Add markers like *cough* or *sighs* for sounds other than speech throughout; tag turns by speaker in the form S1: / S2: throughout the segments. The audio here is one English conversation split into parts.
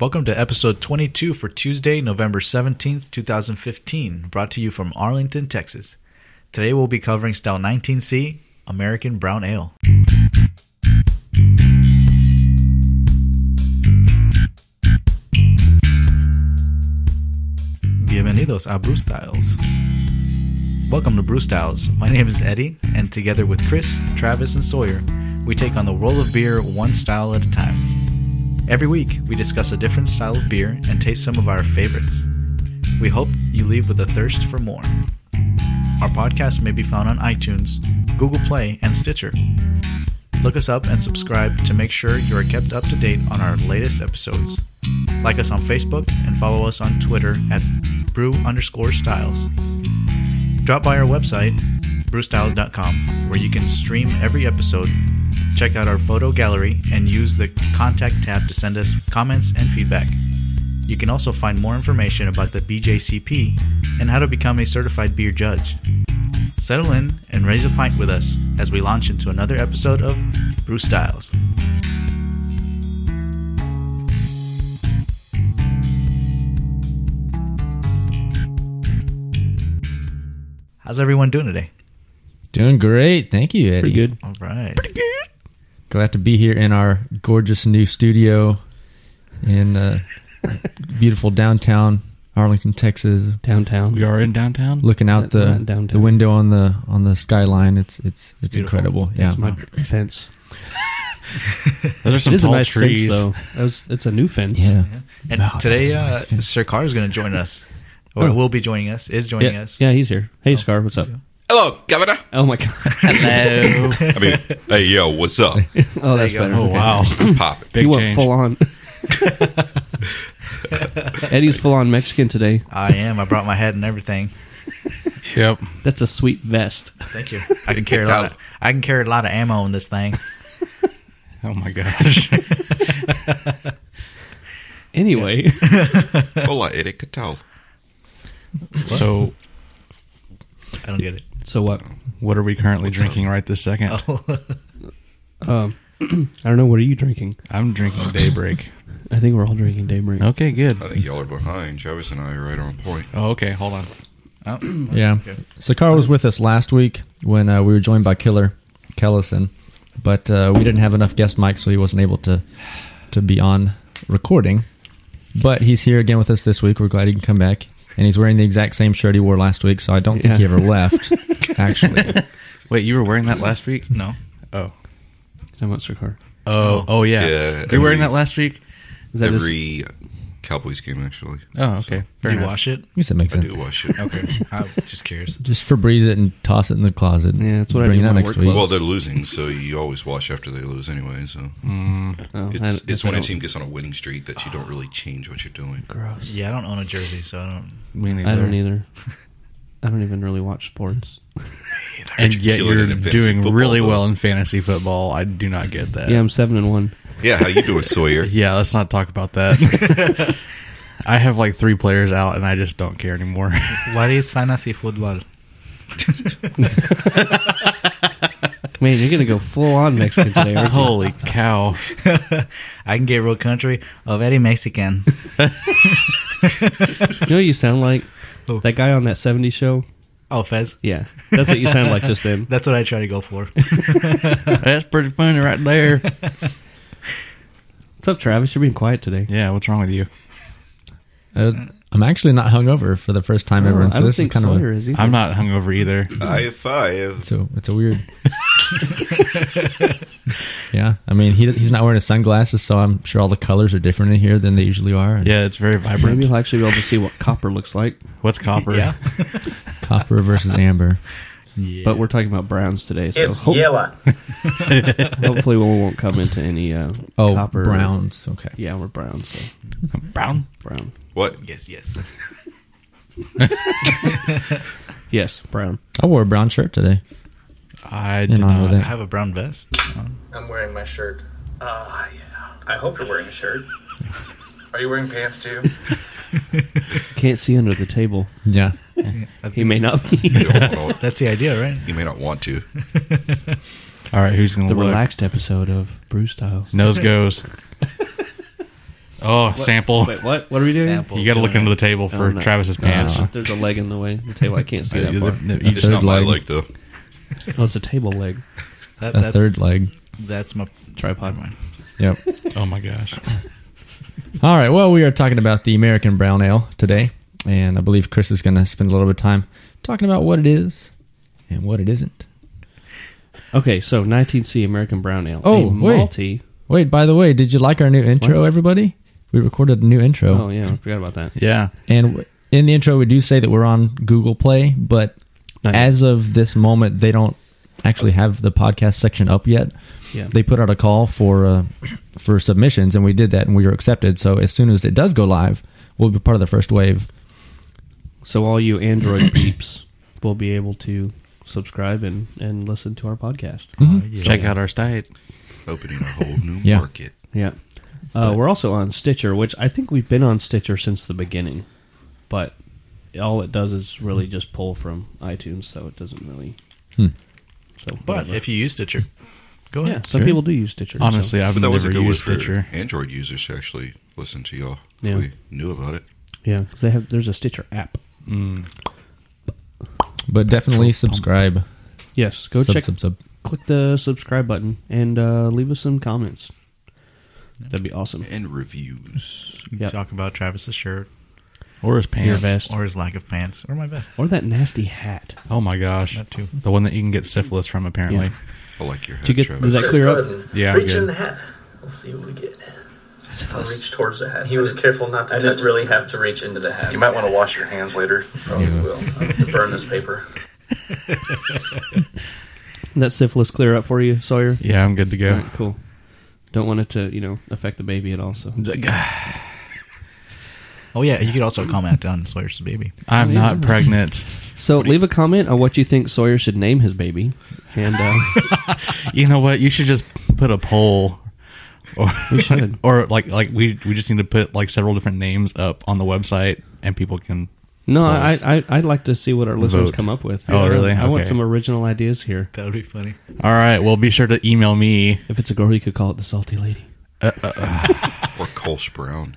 S1: Welcome to episode 22 for Tuesday, November 17th, 2015, brought to you from Arlington, Texas. Today we'll be covering Style 19C, American Brown Ale. Bienvenidos a Brew Styles. Welcome to Brew Styles. My name is Eddie, and together with Chris, Travis, and Sawyer, we take on the role of beer one style at a time. Every week, we discuss a different style of beer and taste some of our favorites. We hope you leave with a thirst for more. Our podcast may be found on iTunes, Google Play, and Stitcher. Look us up and subscribe to make sure you are kept up to date on our latest episodes. Like us on Facebook and follow us on Twitter at brew underscore styles. Drop by our website, brewstyles.com, where you can stream every episode, check out our photo gallery, and use the contact tab to send us comments and feedback. You can also find more information about the BJCP and how to become a certified beer judge. Settle in and raise a pint with us as we launch into another episode of Brew Styles. How's everyone doing today?
S2: Doing great. Thank you, Eddie.
S3: Pretty good.
S1: All right.
S2: Glad to be here in our gorgeous new studio in uh, beautiful downtown Arlington, Texas.
S3: Downtown.
S4: We are in downtown.
S2: Looking out
S3: Not-
S2: the
S3: not downtown.
S2: the window on the on the skyline. It's it's it's,
S1: beautiful.
S2: incredible. Yeah.
S3: It's my fence.
S4: There's some
S3: it is a
S4: tall
S3: nice
S4: trees.
S3: fence, though. That was, it's a new fence.
S2: yeah.
S1: And
S2: Wow,
S1: today, uh,
S2: that's amazing.
S1: Sirkar is going to join us, or
S3: Oh.
S1: will be joining us, is joining
S3: Yeah,
S1: us. *laughs*
S3: yeah, he's here. Hey, Scar, what's up?
S5: Hello, Governor.
S3: Oh my god!
S4: Hello.
S5: I mean, hey, yo, what's *laughs* up?
S3: Oh,
S1: There
S3: that's
S1: you go.
S3: better.
S4: oh
S3: Okay.
S4: wow,
S5: Pop it.
S4: big
S3: you went
S4: change.
S3: full on. Eddie's full on Mexican today.
S1: I am. I brought my head and everything.
S4: Yep.
S3: That's a sweet vest.
S1: Thank you. I can carry a lot. Of, I can carry a lot of ammo in this thing.
S4: Oh my gosh.
S3: Anyway,
S5: Hola, Eric Catal.
S4: *laughs* so,
S1: I don't *laughs* get it.
S3: so what?
S4: what are we currently drinking right this second?
S3: Oh.
S1: Oh,
S3: Um, I don't know. What are you drinking?
S4: I'm drinking Daybreak.
S3: I think we're all drinking Daybreak.
S4: Okay, good.
S5: I think y'all are behind. Travis and I are right on point.
S4: Oh, okay, hold on.
S1: Oh,
S2: Yeah.
S1: Okay.
S2: Sakar was with us last week when uh, we were joined by Killer Kellison, but uh, we didn't have enough guest mics, so he wasn't able to to be on recording. But he's here again with us this week. We're glad he can come back, and he's wearing the exact same shirt he wore last week. So I don't think he
S3: Yeah.
S2: ever
S3: *laughs*
S2: left. actually,
S4: Wait, you were wearing that last week?
S1: no.
S4: Oh.
S3: Talking about Scar.
S4: Oh. Oh yeah.
S5: Yeah,
S4: you were wearing
S5: every-
S4: that last week?
S3: Is that his,
S5: Every uh, Cowboys game, actually.
S4: Oh, okay.
S1: Do
S4: Fair
S1: you
S4: enough.
S1: wash it?
S2: I guess that makes
S5: I do
S2: sense.
S5: wash it.
S1: Okay. *laughs* I'm just curious.
S2: Just Febreze it and toss it in the closet.
S3: Yeah, that's what I
S2: Bring
S3: do
S2: it out
S3: when I
S2: next
S3: work
S2: week.
S5: Well, they're losing, so you always wash after they lose anyway. So
S3: oh, I
S5: it's,
S3: don't-
S5: it's
S3: I
S5: when a
S3: don't-
S5: team gets on a winning streak that you don't really change what you're doing.
S3: Gross.
S1: Yeah, I don't own a jersey, so I don't.
S4: Me neither.
S3: I don't either. I don't even really watch sports.
S4: And yet
S5: Killing it
S4: you're
S5: in fantasy
S4: doing
S5: football,
S4: really
S5: though.
S4: well in fantasy football. I do not get that.
S3: Yeah, I'm seven and one.
S5: Yeah, how you
S4: *laughs*
S5: doing, Sawyer?
S4: Yeah, let's not talk about that. *laughs* I have like three players out, and I just don't
S3: *laughs*
S4: care anymore.
S1: What is fantasy football?
S3: Man, you're gonna go full on Mexican today, aren't you?
S4: Holy cow!
S1: I can get real country. Oh, very Mexican.
S3: You know what you sound like?
S1: Who?
S3: That guy on that 70s show?
S1: Oh, Fez.
S3: Yeah. That's what you sound like just
S1: *laughs*
S3: then.
S1: That's what I try to go for.
S4: That's pretty funny right there.
S3: What's up, Travis? You're being quiet today.
S4: *laughs* Yeah, what's wrong with you?
S2: Uh, I'm actually not hungover for the first time
S3: Oh,
S2: ever. and
S3: I
S2: So
S3: don't
S2: this is
S3: think
S2: kind
S3: Sawyer
S2: of a,
S3: is either.
S4: I'm not hungover either.
S5: High five.
S2: it's a it's a weird. yeah, I mean he he's not wearing his sunglasses, so I'm sure all the colors are different in here than they usually are. And
S4: Yeah, it's very
S3: Maybe
S4: vibrant.
S3: he'll actually be able to see what copper looks like.
S4: What's copper?
S1: Yeah.
S2: Copper versus amber.
S1: yeah.
S3: But we're talking about browns today, so hope- *laughs* hopefully we won't come into any uh,
S2: Oh,
S3: copper
S2: browns. Okay.
S3: Yeah, we're brown, so
S4: *laughs* Brown.
S3: brown.
S5: What? *laughs*
S1: yes, yes.
S3: Yes, brown.
S2: I wore a brown shirt today.
S4: I
S2: In
S4: do
S2: honor of
S4: not.
S1: I have a brown vest.
S6: I'm wearing my shirt. Ah, yeah. I hope you're wearing a shirt. *laughs* Are you wearing pants too?
S3: Can't see under the table.
S2: Yeah.
S3: He may not be.
S5: You, don't wanna-
S1: That's the idea, right?
S5: you may not want to.
S4: All right, who's gonna
S3: the
S4: look? *laughs*
S3: relaxed episode of Bruce Styles.
S4: Nose goes. Oh, sample.
S3: Wait, what? What are we doing?
S1: Sample.
S4: You got to look under the table for
S3: Oh, no.
S4: Travis's
S3: No,
S4: *laughs* pants.
S3: no, There's a leg in the way. The table. I can't
S5: *laughs*
S3: see that far.
S5: It's
S2: third
S5: not my
S2: leg.
S5: leg though.
S3: Oh, it's a table leg.
S1: That,
S2: a
S1: that's,
S2: third leg.
S1: That's my
S3: Tripod.
S1: never mind.
S2: Yep.
S4: Oh my gosh.
S2: All right. Well, we are talking about the American brown ale today, and I believe Chris is going to spend a little bit of time talking about what it is and what it isn't.
S3: Okay, so 19C American Brown Ale.
S2: Oh,
S3: a
S2: wait.
S3: malty.
S2: Wait, by the way, did you like our new intro, everybody? We recorded a new intro,
S3: Oh yeah, I forgot about that.
S4: Yeah.
S2: and w- in the intro, we do say that we're on Google Play, but
S3: Not yet.
S2: as of this moment, they don't actually have the podcast section up yet.
S3: Yeah.
S2: They put out a call for uh, for submissions, and we did that, and we were accepted. So as soon as it does go live, we'll be part of the first wave.
S3: So all you Android peeps will be able to subscribe and, and listen to our podcast.
S4: Check out our site.
S5: Opening a whole new
S2: Yeah.
S5: market.
S3: Yeah. Uh, we're also on Stitcher, which I think we've been on Stitcher since the beginning, but all it does is really just pull from iTunes, so it doesn't really.
S2: Hmm.
S3: So,
S1: But
S3: whatever.
S1: if you use Stitcher, go
S3: yeah,
S1: ahead.
S3: some people do use Stitcher. so-
S4: Honestly, I've
S5: But that was a
S4: never
S5: good one
S4: used
S5: for
S4: Stitcher.
S5: Android users to actually listen to y'all. If
S3: Yeah.
S5: we knew about it.
S3: yeah, 'cause they have there's a Stitcher app.
S2: But definitely subscribe.
S3: Yes, go
S2: Sub,
S3: check.
S2: sub, sub.
S3: Click the subscribe button and uh, leave us some comments. That'd be awesome.
S5: And reviews.
S3: Yeah.
S1: Talk about Travis's shirt
S4: Or his
S3: Your
S4: pants.
S3: vest
S1: or his lack of pants or my vest.
S3: or that nasty hat.
S4: Oh my gosh.
S1: That too.
S4: The one that you can get syphilis from, apparently.
S5: I like your head,
S3: Did you get?
S5: Travis.
S3: Did that clear up?
S4: Yeah, I'm
S6: Reach
S4: good.
S6: in the hat. We'll see what we get. I'll reach towards the hat. He was careful not to. I didn't really have to reach into the hat. You might want to wash your hands later. Probably will. I'll have *laughs* to burn this paper.
S3: That syphilis clear up for you, Sawyer?
S4: Yeah, I'm good to go.
S3: All right, cool. Don't want it to, you know, affect the baby at all. So
S1: Oh yeah, you could also comment on Sawyer's baby.
S4: I'm not pregnant.
S3: So leave a comment on what you think Sawyer should name his baby, and
S4: *laughs*
S3: uh,
S4: You know what? You should just put a poll. Or,
S3: We should.
S4: *laughs* or like like we we just need to put like several different names up on the website and people can
S3: no, I, I I'd like to see what our listeners
S4: Vote.
S3: come up with.
S4: Oh,
S3: I-
S4: really?
S3: I want
S4: Okay.
S3: some original ideas here.
S1: That would be funny.
S4: all right well be sure to email me
S3: If it's a girl, you could call it the Salty Lady.
S5: Or Colch Brown.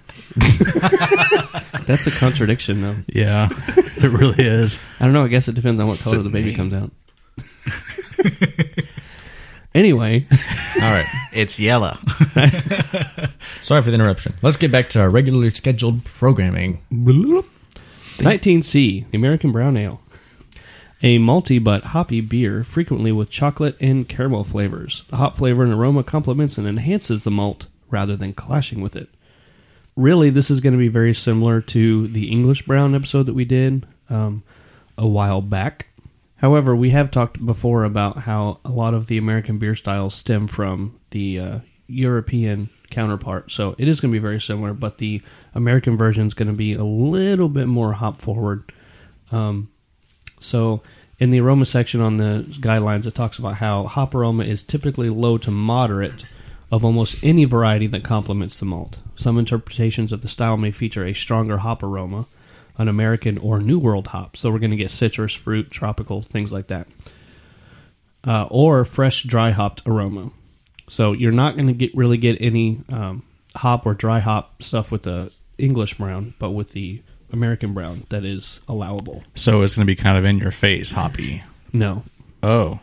S3: That's a contradiction,
S4: *laughs*
S3: though.
S4: yeah it really is
S3: I don't know. I guess it depends on what color
S5: a
S3: the baby
S5: name.
S3: comes
S4: *laughs*
S3: out. anyway,
S2: All right.
S1: It's yellow.
S2: Sorry for the interruption. Let's get back to our regularly scheduled programming.
S3: 19C, the American Brown Ale. A malty but hoppy beer, frequently with chocolate and caramel flavors. The hop flavor and aroma complements and enhances the malt rather than clashing with it. Really, this is going to be very similar to the English Brown episode that we did um, a while back. However, we have talked before about how a lot of the American beer styles stem from the uh, European counterpart. So it is going to be very similar, but the American version is going to be a little bit more hop forward. Um, so in the aroma section on the guidelines, it talks about how hop aroma is typically low to moderate of almost any variety that complements the malt. Some interpretations of the style may feature a stronger hop aroma, an American or New World hop. So we're going to get citrus, fruit, tropical, things like that. Uh, or fresh dry hopped aroma. So you're not going to get really get any um, hop or dry hop stuff with the English brown, but with the American brown that is allowable.
S4: so it's gonna be kind of in your face hoppy
S3: No,
S4: oh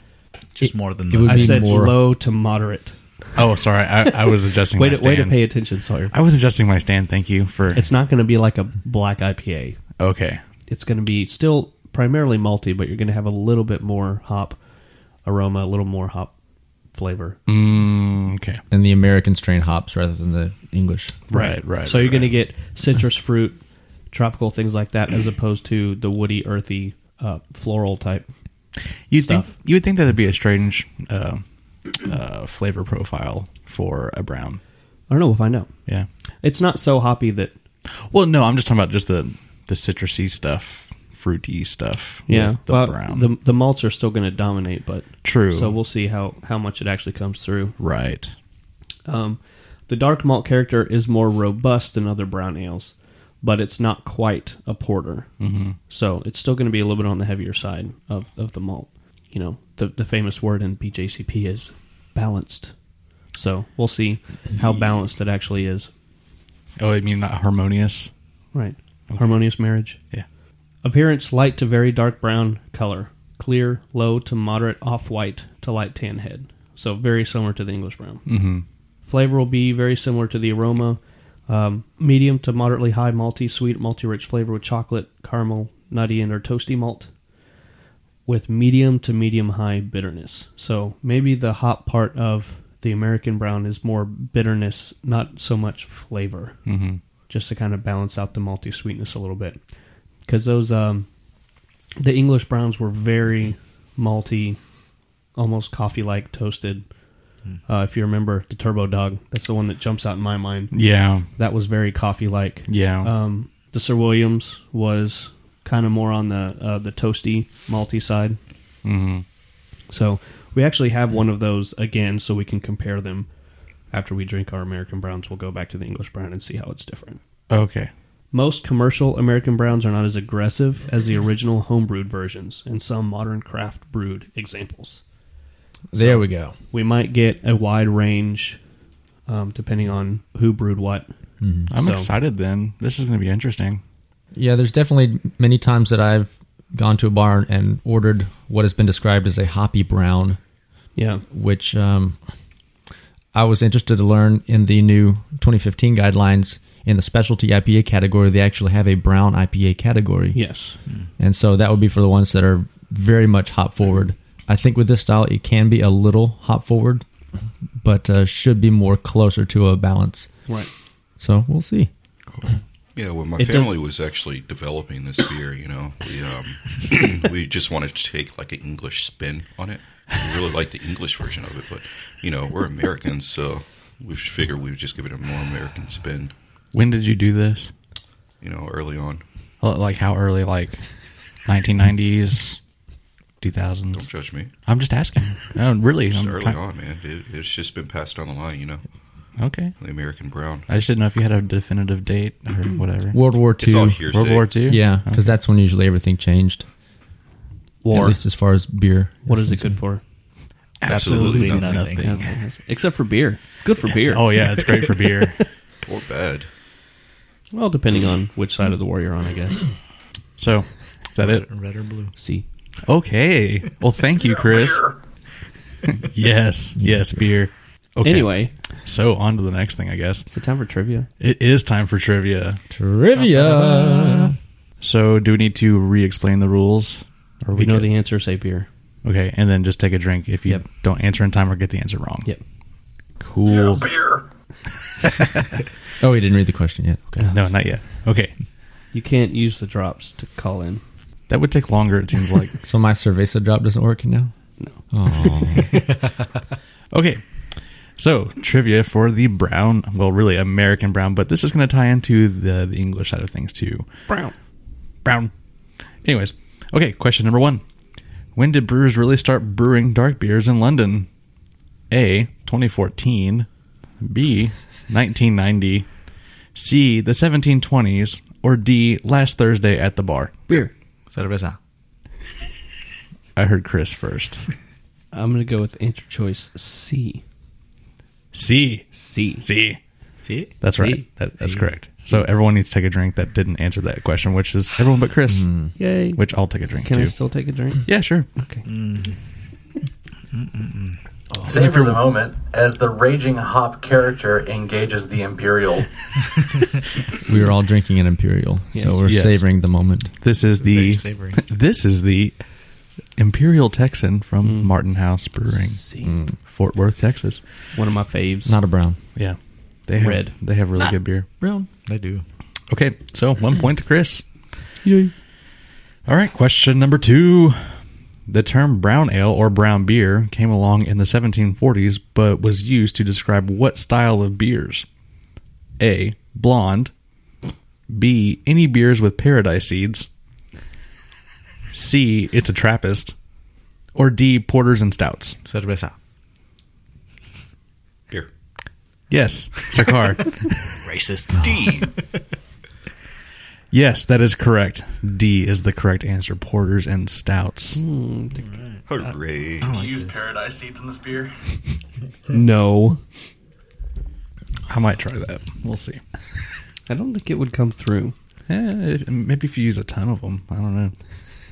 S1: Just more than
S2: it would
S1: that.
S3: I
S2: be
S3: said
S2: more-
S3: low to moderate.
S4: oh sorry I, I was adjusting
S3: Way
S4: my
S3: to, way
S4: stand
S3: to pay attention, Sawyer.
S4: I was adjusting my stand thank you for
S3: It's not going to be like a black IPA.
S4: okay
S3: It's going to be still primarily malty, but you're going to have a little bit more hop aroma, a little more hop flavor.
S4: mm, okay
S2: And the American strain hops rather than the English.
S4: right right
S3: So you're going to
S4: right.
S3: get citrus fruit, tropical things like that, as opposed to the woody, earthy, uh, floral type.
S4: you
S3: stuff.
S4: think you would think that'd be a strange uh, uh, flavor profile for a brown
S3: I don't know. We'll find out.
S4: yeah
S3: It's not so hoppy that
S4: Well, no, I'm just talking about just the the citrusy stuff, fruity stuff. with
S3: yeah,
S4: the
S3: well,
S4: brown.
S3: The, the malts are still going to dominate, but
S4: True.
S3: So we'll see how how much it actually comes through.
S4: right.
S3: Um, the dark malt character is more robust than other brown ales, but it's not quite a porter. Mm-hmm. So it's still going to be a little bit on the heavier side of, of the malt. You know, the, the famous word in BJCP is balanced. So we'll see how balanced it actually is.
S4: Oh, I mean not harmonious.
S3: Right. Harmonious marriage.
S4: Yeah.
S3: Appearance light to very dark brown color. Clear, low to moderate off white to light tan head. So very similar to the English brown.
S4: Mm-hmm.
S3: Flavor will be very similar to the aroma. Um, medium to moderately high malty, sweet, malty rich flavor with chocolate, caramel, nutty, and or toasty malt. With medium to medium high bitterness. So maybe the hop part of the American brown is more bitterness, not so much flavor
S4: Mm-hmm.
S3: just to kind of balance out the malty sweetness a little bit. Because those, um, the English browns were very malty, almost coffee like toasted. Uh, if you remember the Turbo Dog, that's the one that jumps out in my mind.
S4: Yeah.
S3: That was very coffee like.
S4: Yeah.
S3: Um, the Sir Williams was kind of more on the uh, the toasty malty side.
S4: mm-hmm.
S3: So we actually have one of those again, so we can compare them after we drink our American browns. We'll go back to the English brown and see how it's different.
S4: Okay.
S3: Most commercial American browns are not as aggressive as the original homebrewed versions and some modern craft brewed examples.
S2: There we go.
S3: We might get a wide range um, depending on who brewed what.
S4: I'm
S3: So-
S4: excited then. This is going to be interesting.
S2: Yeah, there's definitely many times that I've gone to a bar and ordered what has been described as a hoppy brown,
S3: Yeah.
S2: which um, I was interested to learn in the new 2015 guidelines in the specialty IPA category. They actually have a brown IPA category.
S3: Yes.
S2: And so that would be for the ones that are very much hop forward. I think with this style, it can be a little hop forward, but uh, should be more closer to a balance.
S3: Right.
S2: So we'll see.
S5: Yeah, when my
S3: It does-
S5: family was actually developing this beer, you know, we, um, *coughs* we just wanted to take like an English spin on it. We really like the English version of it, but you know, we're Americans, so we figured we would just give it a more American spin.
S4: When did you do this?
S5: You know, early on,
S4: L- Like how early? Like 1990s,
S5: don't
S4: 2000s.
S5: judge me.
S4: I'm just asking. No, really.
S5: Just
S4: I'm
S5: early
S4: trying-
S5: on, man, it, it's just been passed down the line. You know,
S4: Okay.
S5: the American brown.
S4: I just didn't know if you had a definitive date or whatever.
S2: World War
S5: It's all
S2: II.
S5: hearsay.
S4: World War II.
S2: Yeah, because that's when usually everything changed.
S3: War.
S2: At least as far as beer.
S3: what is it good for?
S5: Absolutely nothing.
S3: Except for beer. It's good for beer.
S4: Oh yeah, it's great for
S5: *laughs*
S4: beer.
S5: Or bad.
S3: Well, depending on which side of the war you're on, I guess.
S4: So, is that it?
S1: Red or blue?
S3: *clears throat* See.
S4: Okay. Well, thank you, Chris. *laughs* Yes, yes, beer. Okay.
S3: Anyway,
S4: so on to the next thing, I guess.
S3: it's the time for trivia.
S4: It is time for trivia.
S2: Trivia.
S4: So, do we need to re-explain the rules? Or
S3: If you know
S4: good?
S3: the answer, say beer.
S4: okay, and then just take a drink if you
S3: Yep.
S4: don't answer in time or get the answer wrong.
S3: Yep.
S4: Cool.
S6: Beer.
S2: Oh, he didn't read the question yet. Okay.
S4: No, not yet. Okay,
S3: You can't use the drops to call in.
S4: that would take longer. It seems
S3: *laughs*
S4: like.
S2: So my cerveza drop doesn't work now?
S3: No.
S2: Oh.
S4: Okay. So, trivia for the brown, well, really American brown, but this is going to tie into the, the English side of things too.
S3: Brown.
S4: Brown. Anyways, okay, question number one. When did brewers really start brewing dark beers in London? A. 2014. B. 1990. C. The 1720s. Or D. Last Thursday at the bar.
S3: Beer.
S1: Cerveza.
S4: I heard Chris first.
S3: I'm going to go with answer choice C.
S4: C.
S3: C.
S4: C.
S1: See?
S4: That's right. That, that's correct. So everyone needs to take a drink that didn't answer that question, which is everyone but Chris,
S1: Hmm.
S3: Yay.
S4: which I'll take a drink
S3: Can I
S4: too.
S3: still take a drink?
S4: yeah, sure.
S3: Okay.
S6: Savor the moment as the raging hop character engages the imperial.
S2: we were all drinking an Imperial, so we're
S4: Yes.
S2: savoring the moment.
S4: *laughs* This is the
S1: Very savory.
S4: this is the Imperial Texan from
S1: Hmm.
S4: Martin House Brewing,
S3: C.
S4: Fort Worth, Texas.
S3: One of my faves.
S2: Not a brown.
S4: Yeah, they have,
S3: Red.
S4: They have really good beer.
S2: Brown.
S1: They do.
S4: Okay, so one point to Chris. All right, question number two. The term brown ale or brown beer came along in the 1740s, but was used to describe what style of beers? A. Blonde. B. Any beers with paradise seeds. C. It's a Trappist. Or D. Porters and stouts.
S1: Cerveza.
S5: Beer.
S4: Yes, Sarkar.
S1: Racist.
S5: D.
S4: yes, that is correct. D is the correct answer. Porters and stouts.
S5: Hooray.
S6: you use paradise seeds in this beer?
S3: No.
S4: I might try that. We'll see.
S3: I don't think it would come through.
S4: Eh, if- maybe if you use a ton of them. I don't know.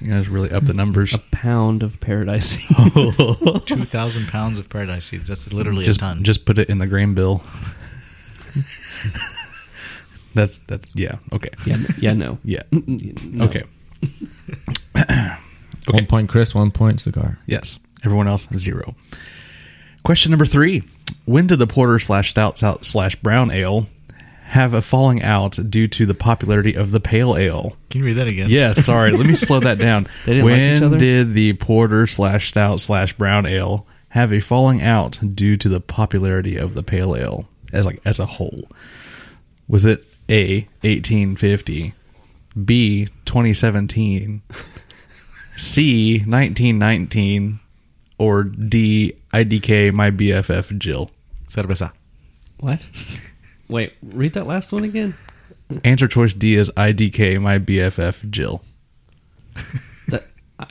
S4: You guys really up the numbers.
S3: A pound of
S4: *laughs*
S3: paradise.
S4: Oh.
S1: Two thousand pounds of paradise seeds. That's literally a
S4: just,
S1: ton.
S4: just put it in the grain bill. *laughs* that's that's yeah okay
S3: yeah, yeah, no. *laughs*
S4: yeah
S3: No.
S4: okay
S2: One point Chris, one point cigar.
S4: yes everyone else zero. Question number three: When did the porter slash stout stout slash brown ale have a falling out due to the popularity of the pale ale?
S1: Can you read that again?
S4: Yes, sorry. Let me slow that down.
S3: *laughs* They didn't like
S4: when
S3: each other?
S4: did the porter slash stout slash brown ale have a falling out due to the popularity of the pale ale as like as a whole? Was it A eighteen fifty, B twenty seventeen, C nineteen nineteen, or D IDK my BFF Jill?
S1: Cerveza.
S3: What? Wait, read that last one again.
S4: Answer choice D is IDK my BFF Jill.
S3: That, I,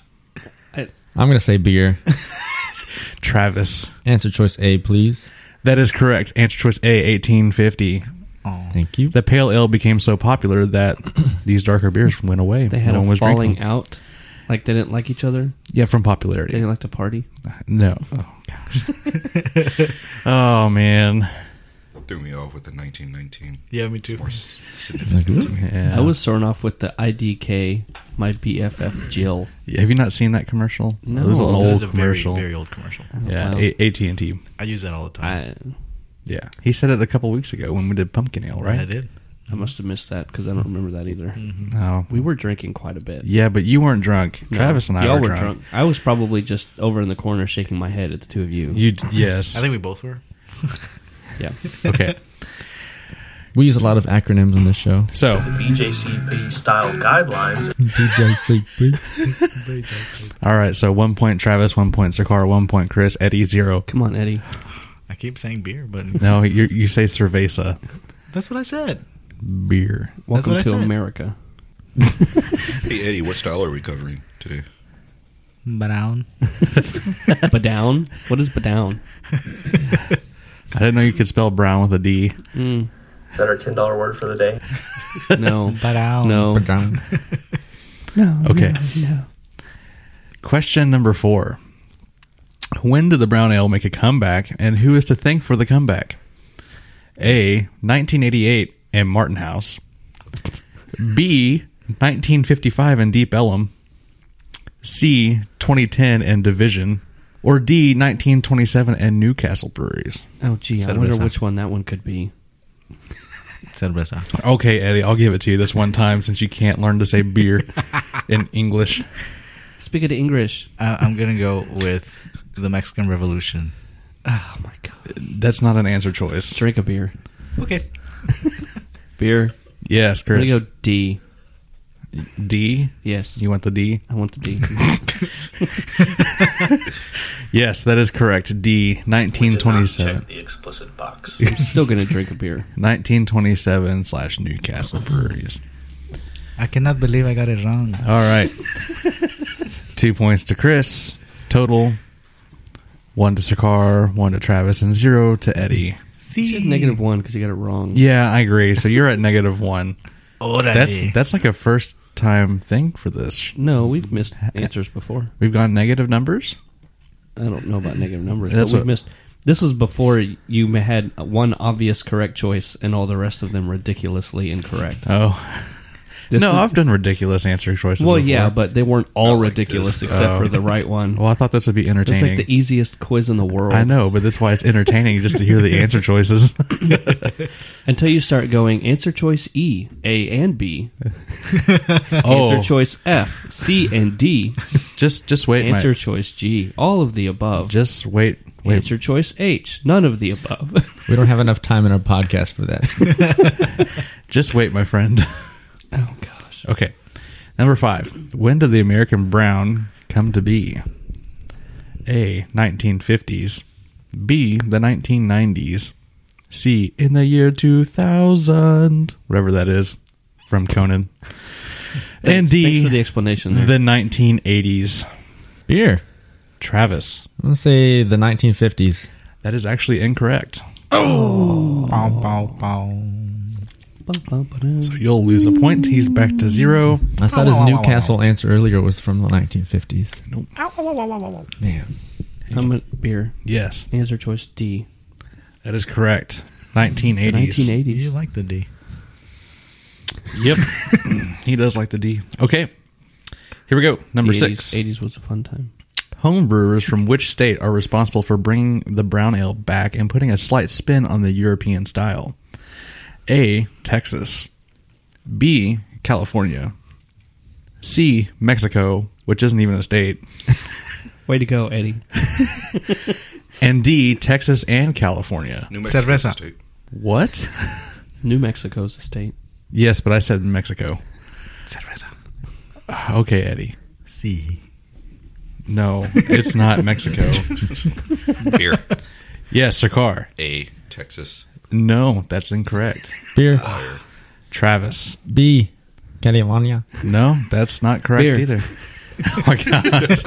S2: I'm gonna say beer.
S4: Travis.
S2: Answer choice A, please.
S4: That is correct. Answer choice A, 1850.
S2: Thank you.
S4: The pale ale became so popular that *clears throat* these darker beers went away.
S3: they had
S4: No one
S3: a
S4: was drinking
S3: falling
S4: them.
S3: out. Like they didn't like each other.
S4: Yeah, from
S3: They
S4: popularity.
S3: didn't like to party.
S4: No. Oh gosh. *laughs* oh man.
S5: Threw me off with the 1919.
S1: Yeah, me too.
S5: More s-
S2: Like,
S5: significant.
S2: ooh.
S4: Yeah.
S3: I was thrown off with the IDK, my BFF Jill.
S4: Have you not seen that commercial?
S3: No.
S4: it was an
S3: That
S1: That
S4: old
S1: is a
S4: commercial.
S1: Very, very old commercial.
S4: yeah,
S3: Wow.
S4: A- AT&T.
S1: I use that all the time.
S3: I
S4: Yeah, he said it a couple weeks ago when we did pumpkin ale, right?
S1: I did.
S3: I must have missed that because I don't remember that either.
S4: Oh,
S3: We were drinking quite a bit.
S4: yeah, but you weren't drunk. Travis and I
S3: Y'all
S4: were drunk.
S3: I was probably just over in the corner shaking my head at the two of you.
S4: You d-
S1: *laughs*
S4: yes.
S1: I think we both were.
S3: yeah.
S4: okay.
S2: We use a lot of acronyms on this show.
S4: So
S6: The BJCP style guidelines
S2: BJCP.
S4: All right, so one point Travis, one point Sakara, one point Chris, Eddie zero.
S3: Come on, Eddie.
S1: I keep saying beer, but
S4: No, you you say cerveza,
S1: that's what I said.
S4: beer.
S1: That's
S3: Welcome
S1: what I
S3: to
S1: said.
S3: America.
S5: Hey, Eddie, what style are we covering today?
S1: Brown.
S3: Badown? What is
S1: *laughs*
S3: Badown?
S4: I didn't know you could spell brown with a D.
S3: Mm,
S6: Is that our ten dollar word for the day?
S3: no.
S2: Oh,
S1: Brown.
S3: no. No.
S4: Okay.
S3: No.
S4: Question number four: When did the brown ale make a comeback, and who is to thank for the comeback? A. 1988 and Martin House. B. 1955 and Deep Ellum. C. 2010 and Division. Or D. 1927 and Newcastle Breweries.
S3: Oh, gee. I
S1: Cerveza.
S3: wonder which one that one could be.
S1: Cerveza.
S4: Okay, Eddie, I'll give it to you this one time since you can't learn to say beer in English.
S3: Speak of the English.
S1: Uh, I'm gonna go with the Mexican Revolution.
S3: Oh, my God.
S4: That's not an answer choice.
S3: Drink a beer.
S1: Okay.
S3: Beer.
S4: *laughs* Yes,
S3: I'm going to
S4: Chris.
S3: go D.
S4: D.
S3: Yes.
S4: You want the D?
S3: I want the D.
S4: *laughs* Yes, that is correct. D.
S6: We did not check
S4: 1927.
S6: the explicit box.
S3: I'm still going to drink a
S4: *laughs*
S3: beer.
S4: 1927 slash Newcastle Breweries.
S1: I cannot believe I got it wrong.
S4: All
S6: *laughs*
S4: right. Two points to Chris. Total. One to Sarkar, one to Travis, and zero to Eddie.
S1: See,
S3: You said negative one because you got it wrong.
S4: Yeah, I agree. So you're at negative
S6: *laughs*
S4: one.
S1: Órale.
S4: That's that's like a first time thing for this.
S3: No, we've missed answers before.
S4: We've gone negative numbers.
S3: I don't know about negative numbers.
S4: That's
S3: but we've
S4: what-
S3: missed. This was before you ma- had one obvious correct choice and all the rest of them ridiculously incorrect.
S4: Oh.
S3: This
S4: *laughs* no,
S3: is-
S4: I've done ridiculous answer choices.
S3: well,
S4: before.
S3: yeah, but they weren't all
S5: Not like
S3: ridiculous
S5: this.
S3: except
S4: Oh.
S3: for the right one.
S4: *laughs* Well, I thought this would be
S3: That's
S4: entertaining.
S3: like the easiest quiz in the world.
S4: I know, but that's why it's entertaining just to
S3: *laughs*
S4: hear the answer choices.
S3: Until you start going answer choice E, A and
S4: *laughs*
S3: B,
S4: oh,
S3: answer choice F, C and D,
S4: *laughs* just just wait,
S3: answer
S4: my,
S3: choice G, all of the above,
S4: just wait, wait.
S3: answer choice H, none of the above.
S4: *laughs*
S2: We don't have enough time in our podcast for that.
S4: Just wait, my friend. *laughs*
S3: oh gosh,
S4: okay, number five. When did the American brown come to be? A. 1950s. B. The 1990s. C. In the year 2000, whatever that is, from Conan. and D.
S3: Thanks for the explanation there.
S4: The 1980s.
S2: Beer.
S4: Travis.
S2: I'm gonna say the 1950s.
S4: That is actually incorrect.
S1: *laughs* Bow, bow, bow.
S4: Um, So you'll lose a point. He's back to zero.
S2: I thought his Newcastle answer earlier was from the 1950s.
S4: Nope.
S2: Man,
S3: I'm a beer.
S4: Yes,
S3: Answer choice D.
S4: that is correct.
S3: The
S4: 1980s.
S3: 1980s.
S1: You like the D.
S4: Yep. *laughs* he does like the D. Okay. Here we go. Number
S3: The 80s,
S4: six.
S3: 80s was a fun time.
S4: Home brewers from which state are responsible for bringing the brown ale back and putting a slight spin on the European style? A. Texas. B. California. C. Mexico, which isn't even a state.
S3: *laughs* Way to go, Eddie.
S4: *laughs* And D. Texas and California.
S5: New Mexico
S1: Cerveza.
S5: State.
S4: What?
S3: New Mexico's a state.
S4: Yes, but I said Mexico. *sighs* Okay, Eddie.
S1: C.
S4: No, it's
S1: *laughs*
S4: not Mexico.
S5: Beer.
S4: Yes, Sakar.
S5: A. Texas.
S4: No, that's incorrect.
S2: beer
S5: Fire.
S4: Travis.
S2: B, California.
S4: No, that's not correct
S3: Beer. *laughs*
S4: either. Oh my gosh.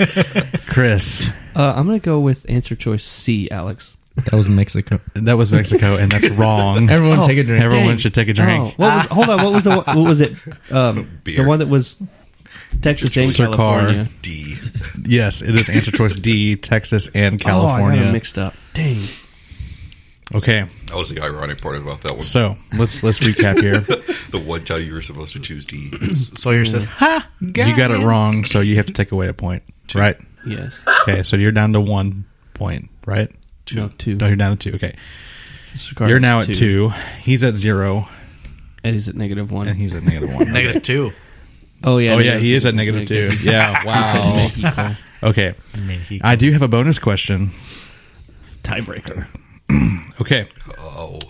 S4: Chris.
S3: Uh, I'm going to go with answer choice C, Alex.
S2: That was Mexico.
S4: That was Mexico and that's
S3: *laughs*
S4: wrong.
S2: Everyone take a drink.
S4: Everyone
S3: Dang.
S4: should take a drink.
S3: Oh, what was, hold on. What was the one- what was it? Um, the
S5: Beer.
S3: one that was Texas and
S4: Sir Carr.
S3: California.
S5: D. *laughs*
S4: Yes, it is answer choice D, Texas and
S3: Oh, I got
S4: California.
S3: it mixed up. Dang.
S4: okay.
S5: That was the ironic part about that one.
S4: So, let's let's
S3: *laughs*
S4: recap here.
S5: the one time you were supposed to choose D.
S1: Sawyer says, "Ha,
S4: you got it wrong, so you have to take away a point, right?
S3: Yes.
S4: Okay, so you're down to 1 point, right?
S3: No, two.
S4: No, you're down to 2. Okay.
S3: Sir Carr
S4: you're
S3: was
S4: now at 2. He's at 0
S3: Eddie's at negative one.
S4: and he's at
S3: *laughs*
S4: negative 1.
S1: Negative two.
S3: oh, yeah.
S4: Oh yeah, he is at
S3: two.
S4: negative
S3: I guess. *laughs*
S4: two. Yeah, Oh. wow.
S3: He said Mexico.
S4: Okay,
S1: Mexico.
S4: I do have a bonus question.
S3: Tiebreaker.
S4: *clears throat* Okay,
S5: Oh.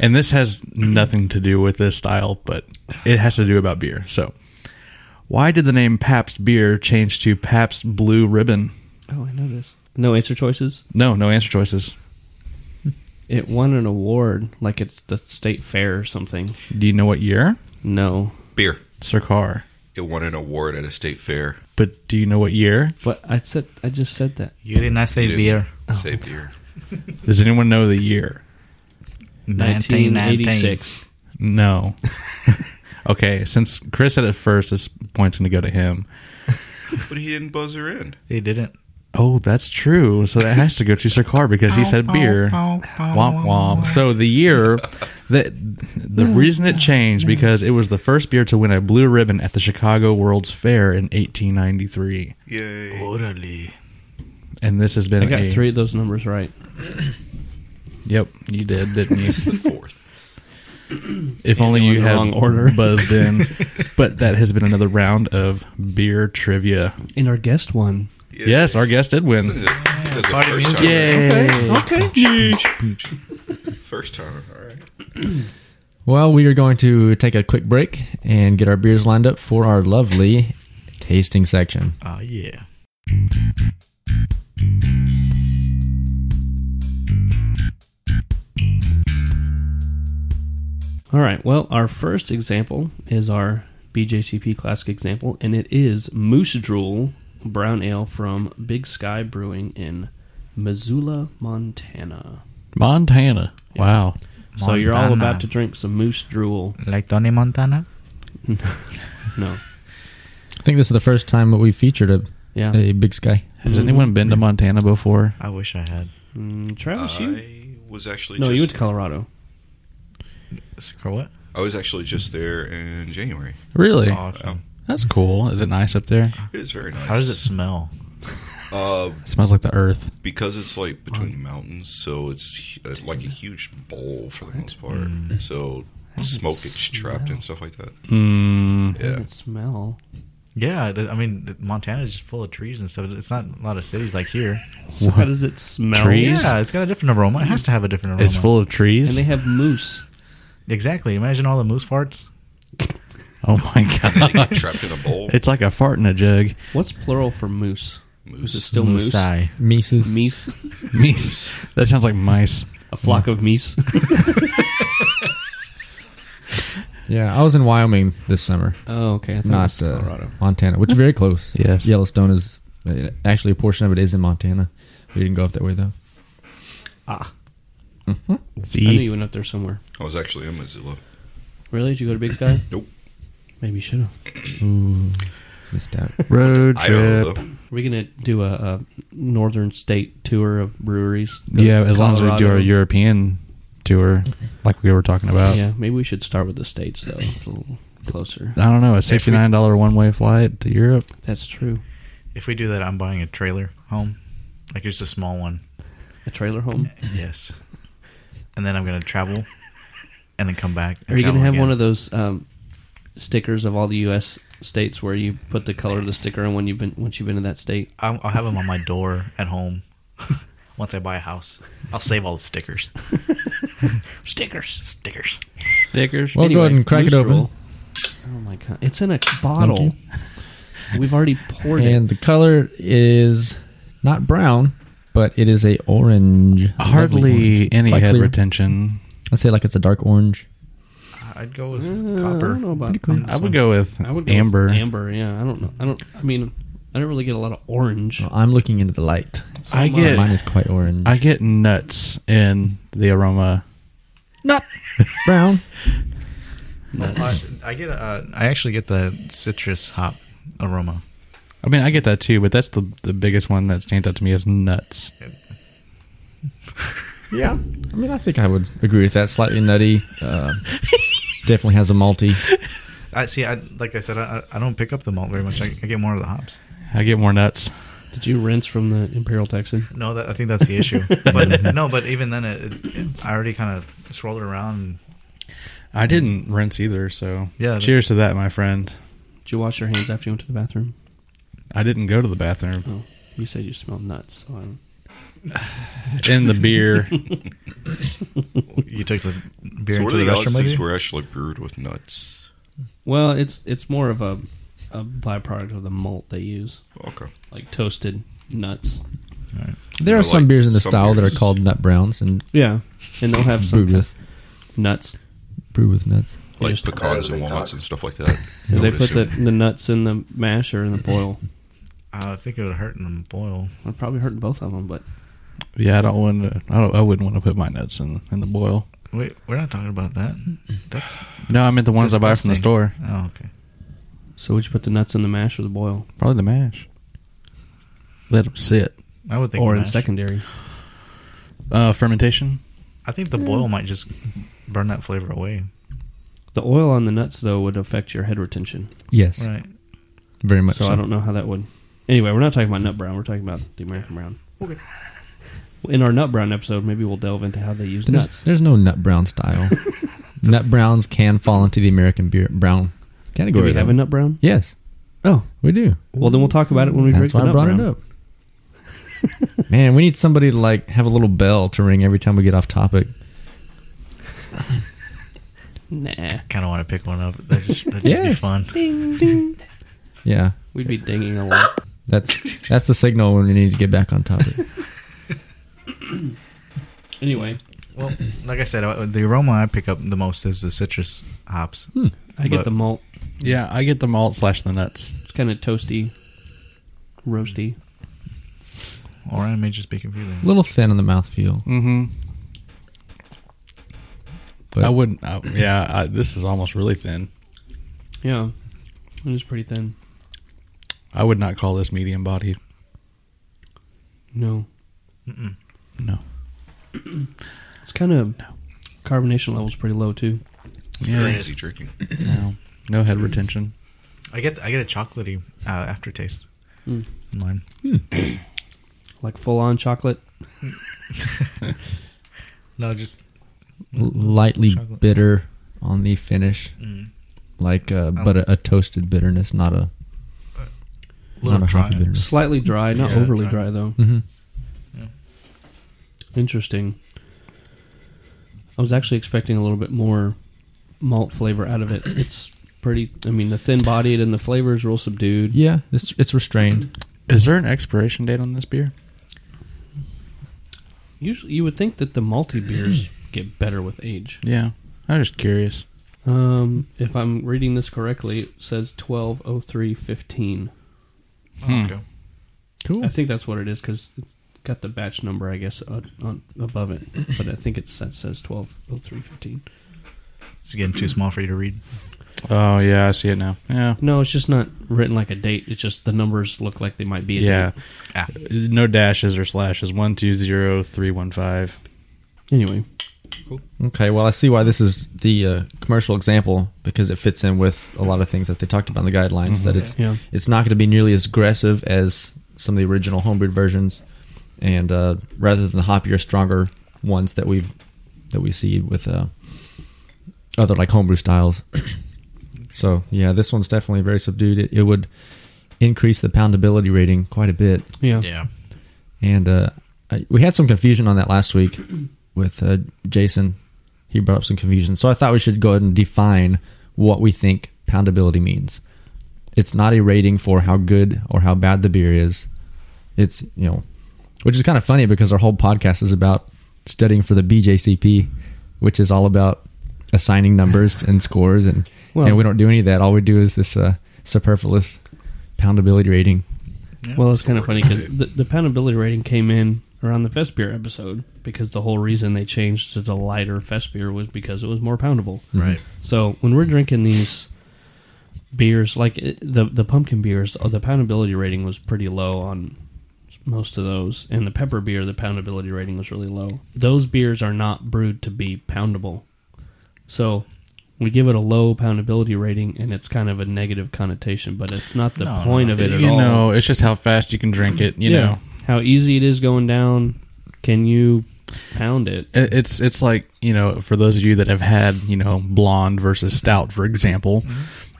S4: and this has nothing to do with this style, but it has to do about beer. So, why did the name Pabst Beer change to Pabst Blue Ribbon?
S3: Oh, I noticed. No answer choices.
S4: No, no answer choices.
S3: It won an award, like it's the state fair or something.
S4: Do you know what year?
S3: No,
S5: Beer.
S4: Sir Carr.
S5: It won an award at a state fair.
S4: But do you know what year?
S3: but I said I just said that.
S1: You did not say
S5: You didn't
S1: beer.
S5: Say beer.
S4: Does anyone know the year?
S3: 1986.
S4: No. *laughs* okay, since Chris said it first, this point's going to go to him.
S5: But he didn't buzz her in.
S1: They didn't.
S4: Oh, that's true. So that has to go to Sir Carr because he said beer. Womp womp. So the year that the reason it changed because it was the first beer to win a blue ribbon at the Chicago World's Fair in 1893.
S5: Yay.
S4: And this has been
S3: I got
S4: a-
S3: three of those numbers right.
S4: Yep, you did,
S3: *laughs*
S4: didn't you?
S5: The fourth.
S4: if
S3: And
S4: only
S3: they were
S4: you
S3: in the
S4: had
S3: wrong order. *laughs*
S4: buzzed in. but that has been another round of beer trivia.
S3: And our guest won.
S5: Yay.
S4: Yes, our guest did win.
S5: That was the
S1: Party
S5: first time.
S4: Yay!
S5: First time. All right.
S2: Well, we are going to take a quick break and get our beers lined up for our lovely tasting section.
S1: Oh yeah.
S3: All right. Well, our first example is our BJCP classic example, and it is Moose Drool Brown Ale from Big Sky Brewing in Missoula, Montana.
S4: Montana. Wow.
S3: So you're all
S1: Montana.
S3: about to drink some Moose Drool.
S1: Like Tony Montana.
S3: No.
S2: I think this is the first time that we featured a,
S3: Yeah.
S2: a big sky.
S4: Has anyone been to Montana before?
S1: I wish I had.
S3: Mm, Travis, you?
S5: I was actually
S3: No,
S5: just
S3: you went to Colorado.
S1: Sir, what?
S5: I was actually just there in January.
S4: Really?
S1: Awesome.
S4: That's cool. Is it nice up there?
S5: It is very nice.
S1: How does it smell?
S5: Uh,
S4: smells like the earth.
S5: because it's like between mountains, so it's uh, like a huge bowl for the most part. So smoke gets trapped and stuff like that.
S4: Mm,
S5: Yeah.
S3: It smell.
S1: Yeah, th- I mean Montana is just full of trees and stuff. It's not a lot of cities like *laughs* here.
S3: So how does it smell?
S4: Trees?
S1: Yeah, it's got a different aroma. It has to have a different aroma.
S4: it's full of trees.
S3: And they have moose.
S1: Exactly. Imagine all the moose farts.
S4: oh my
S5: They get
S4: god!
S5: trapped in a bowl.
S4: it's like a fart in a jug.
S3: What's plural for moose? Is it
S5: Moose.
S3: still moose?
S1: Moosai.
S2: Mises.
S3: Meese.
S4: Mice. That sounds like mice.
S3: A flock of meese. *laughs*
S2: Yeah, I was in Wyoming this summer,
S3: oh, okay. I thought
S2: not
S3: it was
S2: uh,
S3: Colorado.
S2: Montana, which is very close.
S4: Yes.
S2: Yellowstone is uh, actually a portion of it is in Montana. We didn't go up that way though.
S3: ah. I knew
S4: See,
S3: you went up there somewhere.
S5: I was actually in Missoula.
S3: Really? Did you go to Big Sky?
S5: Nope.
S3: Maybe you should have.
S2: Missed
S4: *laughs*
S2: out.
S4: Road
S5: Idaho.
S4: trip.
S5: though.
S3: We're gonna do a, a northern state tour of breweries. Go
S4: Yeah,
S3: to
S4: as long as we do
S3: Colorado.
S4: our European tour, like we were talking about.
S3: Yeah, maybe we should start with the states though. It's a little closer.
S4: I don't know, a sixty-nine dollar one-way flight to Europe.
S3: That's true.
S1: If we do that, I'm buying a trailer home, like just a small *laughs* one.
S3: A trailer home.
S1: Yes. And then I'm gonna *laughs* travel, and then come back. And
S3: Are you gonna
S1: travel
S3: have one
S1: again.
S3: of those um, stickers of all the U.S. states where you put the color of the sticker on when you've been once you've been in that state?
S1: I'll, I'll have them on my door at home. *laughs* Once I buy a house, I'll save all the stickers.
S3: Stickers.
S1: Stickers.
S4: Stickers.
S2: Well, go ahead and crack it open.
S3: Oh my god, it's in a bottle. We've already poured
S2: And
S3: it.
S2: the color is not brown, but it is a orange. Lovely
S4: Hardly
S2: orange.
S4: any
S2: Quite
S4: head
S2: clear.
S4: retention.
S2: I'd say like it's a dark orange.
S1: I'd go with
S3: Uh, I
S1: copper.
S3: don't know about
S2: Pretty clear.
S1: This
S4: I would
S1: one.
S4: go with
S3: I would go with
S4: amber.
S3: Amber, yeah. I don't know. I don't. I mean, I don't really get a lot of orange.
S2: Well, I'm looking into the light.
S4: I get
S2: Mine is quite orange.
S4: I get nuts in the aroma.
S2: not brown.
S1: I, I get. Uh, I actually get the citrus hop aroma.
S4: I mean, I get that too, but that's the the biggest one that stands out to me is nuts.
S2: Yeah. I mean, I think I would agree with that. Slightly nutty.
S3: *laughs*
S2: Uh, definitely has a malty.
S1: I see. I like I said. I, I don't pick up the malt very much. I, I get more of the hops.
S4: I get more nuts.
S3: Did you rinse from the Imperial Texan?
S1: No, that, I think that's the *laughs* issue. but no, but even then, it, it, it- I already kind of swirled it around. And,
S4: I didn't rinse either, so
S1: Yeah.
S4: Cheers to that, my friend.
S3: Did you wash your hands after you went to the bathroom?
S4: I didn't go to the *laughs* bathroom
S3: Oh, you said you smelled nuts. So I don't,
S4: in the beer.
S1: you took the beer
S5: So what
S1: into the
S5: are the odds
S1: restroom with
S5: these
S1: you?
S5: were actually brewed with nuts?
S3: well, it's it's more of a a byproduct of the malt they use,
S5: Okay.
S3: like toasted nuts.
S2: There are
S5: Or
S2: some
S5: like
S2: beers in the
S5: some
S2: style
S5: beers.
S2: that are called nut browns and
S3: Yeah, and they'll have some
S2: brewed
S3: kind
S2: with
S3: of nuts.
S2: brewed with nuts.
S3: They,
S5: Like
S3: just-
S5: pecans and walnuts and stuff like that. I
S3: they
S5: would
S3: put the,
S5: assume.
S3: the nuts in the mash or in the boil.
S1: I think it would hurt in the boil.
S3: I'd probably hurt both of them, but
S4: yeah, I don't want to. I don't. I wouldn't want to put my nuts in in the boil.
S1: Wait, we're not talking about that. That's
S4: No, I meant the ones I buy from the
S1: disgusting.
S4: store.
S1: Oh, okay.
S3: so would you put the nuts in the mash or the boil
S4: Probably the mash. Let them sit.
S1: I would think.
S3: or
S1: the
S3: in
S1: mash.
S3: secondary?
S4: Uh, fermentation.
S1: I think the boil might just burn that flavor away.
S3: The oil on the nuts though would affect your head retention.
S2: Yes,
S1: Right.
S2: very much.
S3: So, I don't know how that would. Anyway, we're not talking about nut brown. We're talking about the American brown. Okay. In our nut brown episode, maybe we'll delve into how they use
S2: There's,
S3: nuts.
S2: there's no nut brown
S3: *laughs*
S2: style. nut browns can fall into the American beer brown
S3: Do
S2: category.
S3: we have
S2: though.
S3: a nut brown?
S2: Yes,
S3: Oh,
S2: we do.
S3: well then we'll talk about it when we
S2: That's
S3: drink the
S2: why I
S3: nut
S2: brought
S3: brown.
S2: it up. *laughs* Man, we need somebody to like have a little bell to ring every time we get off topic.
S3: Nah,
S1: Kind of want to pick one up. That just that just be
S2: Yes.
S1: fun.
S2: Yeah,
S3: we'd be dinging a lot.
S2: that's that's the signal when we need to get back on topic.
S3: Anyway,
S1: Well, like I said, uh, the aroma I pick up the most is the citrus hops.
S4: Hmm.
S3: I get
S1: But-
S3: the malt.
S4: Yeah, I get the malt slash the nuts.
S3: It's kind of toasty, roasty.
S1: Or I may just be confusing.
S2: a little thin on the mouth feel.
S4: Mm-hmm.
S2: But
S4: I wouldn't. I, yeah, I, this is almost really thin.
S3: Yeah, it is pretty thin.
S4: I would not call this medium bodied.
S3: No,
S4: No.
S3: it's kind of carbonation level's pretty low too.
S5: Very easy drinking.
S4: No. No head retention.
S1: I get I get a chocolatey uh, aftertaste.
S3: Mm.
S1: Lime.
S3: Like full on chocolate.
S1: No, just
S2: L- lightly
S1: Chocolate.
S2: bitter on the finish,
S1: mm,
S2: like uh, but a, a toasted bitterness, not a
S1: little
S2: not a
S1: dry.
S2: hoppy bitterness.
S3: Slightly dry, not
S1: Yeah,
S3: overly
S1: dry.
S3: dry though.
S2: Mm-hmm.
S3: Interesting. I was actually expecting a little bit more malt flavor out of it. It's pretty. I mean, the thin bodied and the flavor is real subdued.
S2: Yeah, it's it's restrained.
S4: Is there an expiration date on this beer?
S3: Usually, you would think that the malty beers get better with age.
S4: Yeah. I'm just curious.
S3: Um, if I'm reading this correctly, it says twelve oh three fifteen.
S1: Oh,
S4: Hmm.
S1: okay.
S2: Cool.
S3: I think that's what it is because it's got the batch number, I guess, on, on above it. But I think it's, that says twelve oh three fifteen.
S1: It's getting too small for you to read.
S4: Oh yeah, I see it now. Yeah,
S3: No, it's just not written like a date. It's just the numbers look like they might be. A
S4: yeah.
S3: Date.
S1: Ah.
S4: No dashes or slashes. One two zero three one five.
S3: Anyway,
S2: Okay, well, I see why this is the uh, commercial example because it fits in with a lot of things that they talked about in the guidelines. That it's
S3: Yeah.
S2: it's not going to be nearly as aggressive as some of the original homebrewed versions, and uh, rather than the hoppier, stronger ones that we've that we see with uh, other like homebrew styles. *coughs* so yeah, this one's definitely very subdued. It, it would increase the poundability rating quite a bit.
S3: yeah.
S1: Yeah.
S2: And uh, I, we had some confusion on that last week with uh, Jason. He brought up some confusion. So I thought we should go ahead and define what we think poundability means. It's not a rating for how good or how bad the beer is. It's, you know, which is kind of funny because our whole podcast is about studying for the BJCP, which is all about assigning numbers and scores. And,
S3: Well-
S2: and we don't do any of that. All we do is this uh, superfluous poundability rating.
S3: Well, it's kind of funny
S5: Sorry.
S3: because the, the poundability rating came in around the fest beer episode because the whole reason they changed to the lighter fest beer was because it was more poundable.
S1: Right.
S3: So when we're drinking these beers, like it, the the pumpkin beers, uh, the poundability rating was pretty low on most of those, and the pepper beer, the poundability rating was really low. Those beers are not brewed to be poundable, so we give it a low poundability rating, and it's kind of a negative connotation, but it's not the
S1: No,
S3: point of it at
S4: You
S3: all.
S4: know, it's just how fast you can drink it. You know,
S3: how easy it is going down. Can you pound it?
S4: It- it's it's like you know, for those of you that have had you know blonde versus stout, for example.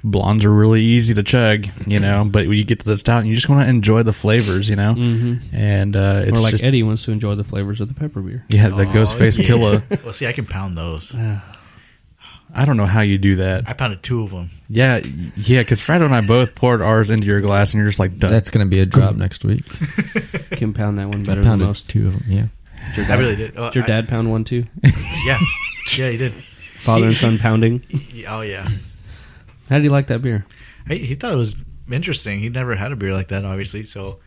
S4: Blondes are really easy to chug, you know, but when you get to the stout, you just want to enjoy the flavors, you know, mm-hmm. and uh, it's
S3: or like
S4: just
S3: Eddie wants to enjoy the flavors of the pepper beer.
S1: *laughs*
S4: yeah, the ghost face *laughs* killer.
S1: Well, see, I can pound those.
S4: I don't know how you do that.
S1: I pounded two of them.
S4: Yeah, yeah, because Fredo and I both poured ours into your glass, and you're just like, done.
S2: That's going to be a drop next week.
S3: Can pound that one better
S2: I
S3: than
S2: pounded
S3: most.
S2: two of them. Yeah,
S3: Did your
S1: I
S3: dad-
S1: really did. Oh,
S3: did your
S1: I-
S3: dad pound
S1: *laughs*
S3: one too? *laughs*
S1: yeah. Yeah, he did.
S3: Father and son pounding.
S1: He- oh, yeah.
S3: How do you like that beer?
S1: He, he thought it was interesting. He'd never had a beer like that, obviously. So,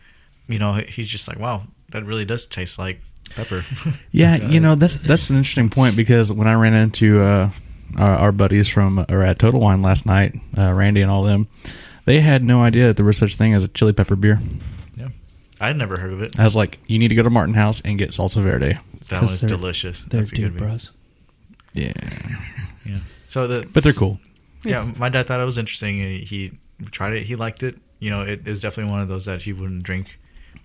S1: you know, he's just like, wow, that really does taste like pepper. *laughs*
S4: yeah, you know, that's that's an interesting point because when I ran into uh, our, our buddies from or at Total Wine last night, uh, Randy and all them, they had no idea that there was such thing as a chili pepper beer.
S1: yeah. I'd never heard of it.
S4: I was like, you need to go to Martin House and get salsa verde.
S1: That
S3: 'Cause
S1: one's
S3: they're-
S1: delicious.
S3: They're
S1: That's a good
S3: dude
S1: beer.
S3: bros.
S4: Yeah,
S1: Yeah. So the
S4: but they're cool.
S1: yeah, my dad thought it was interesting, and he tried it. He liked it. You know, it is definitely one of those that he wouldn't drink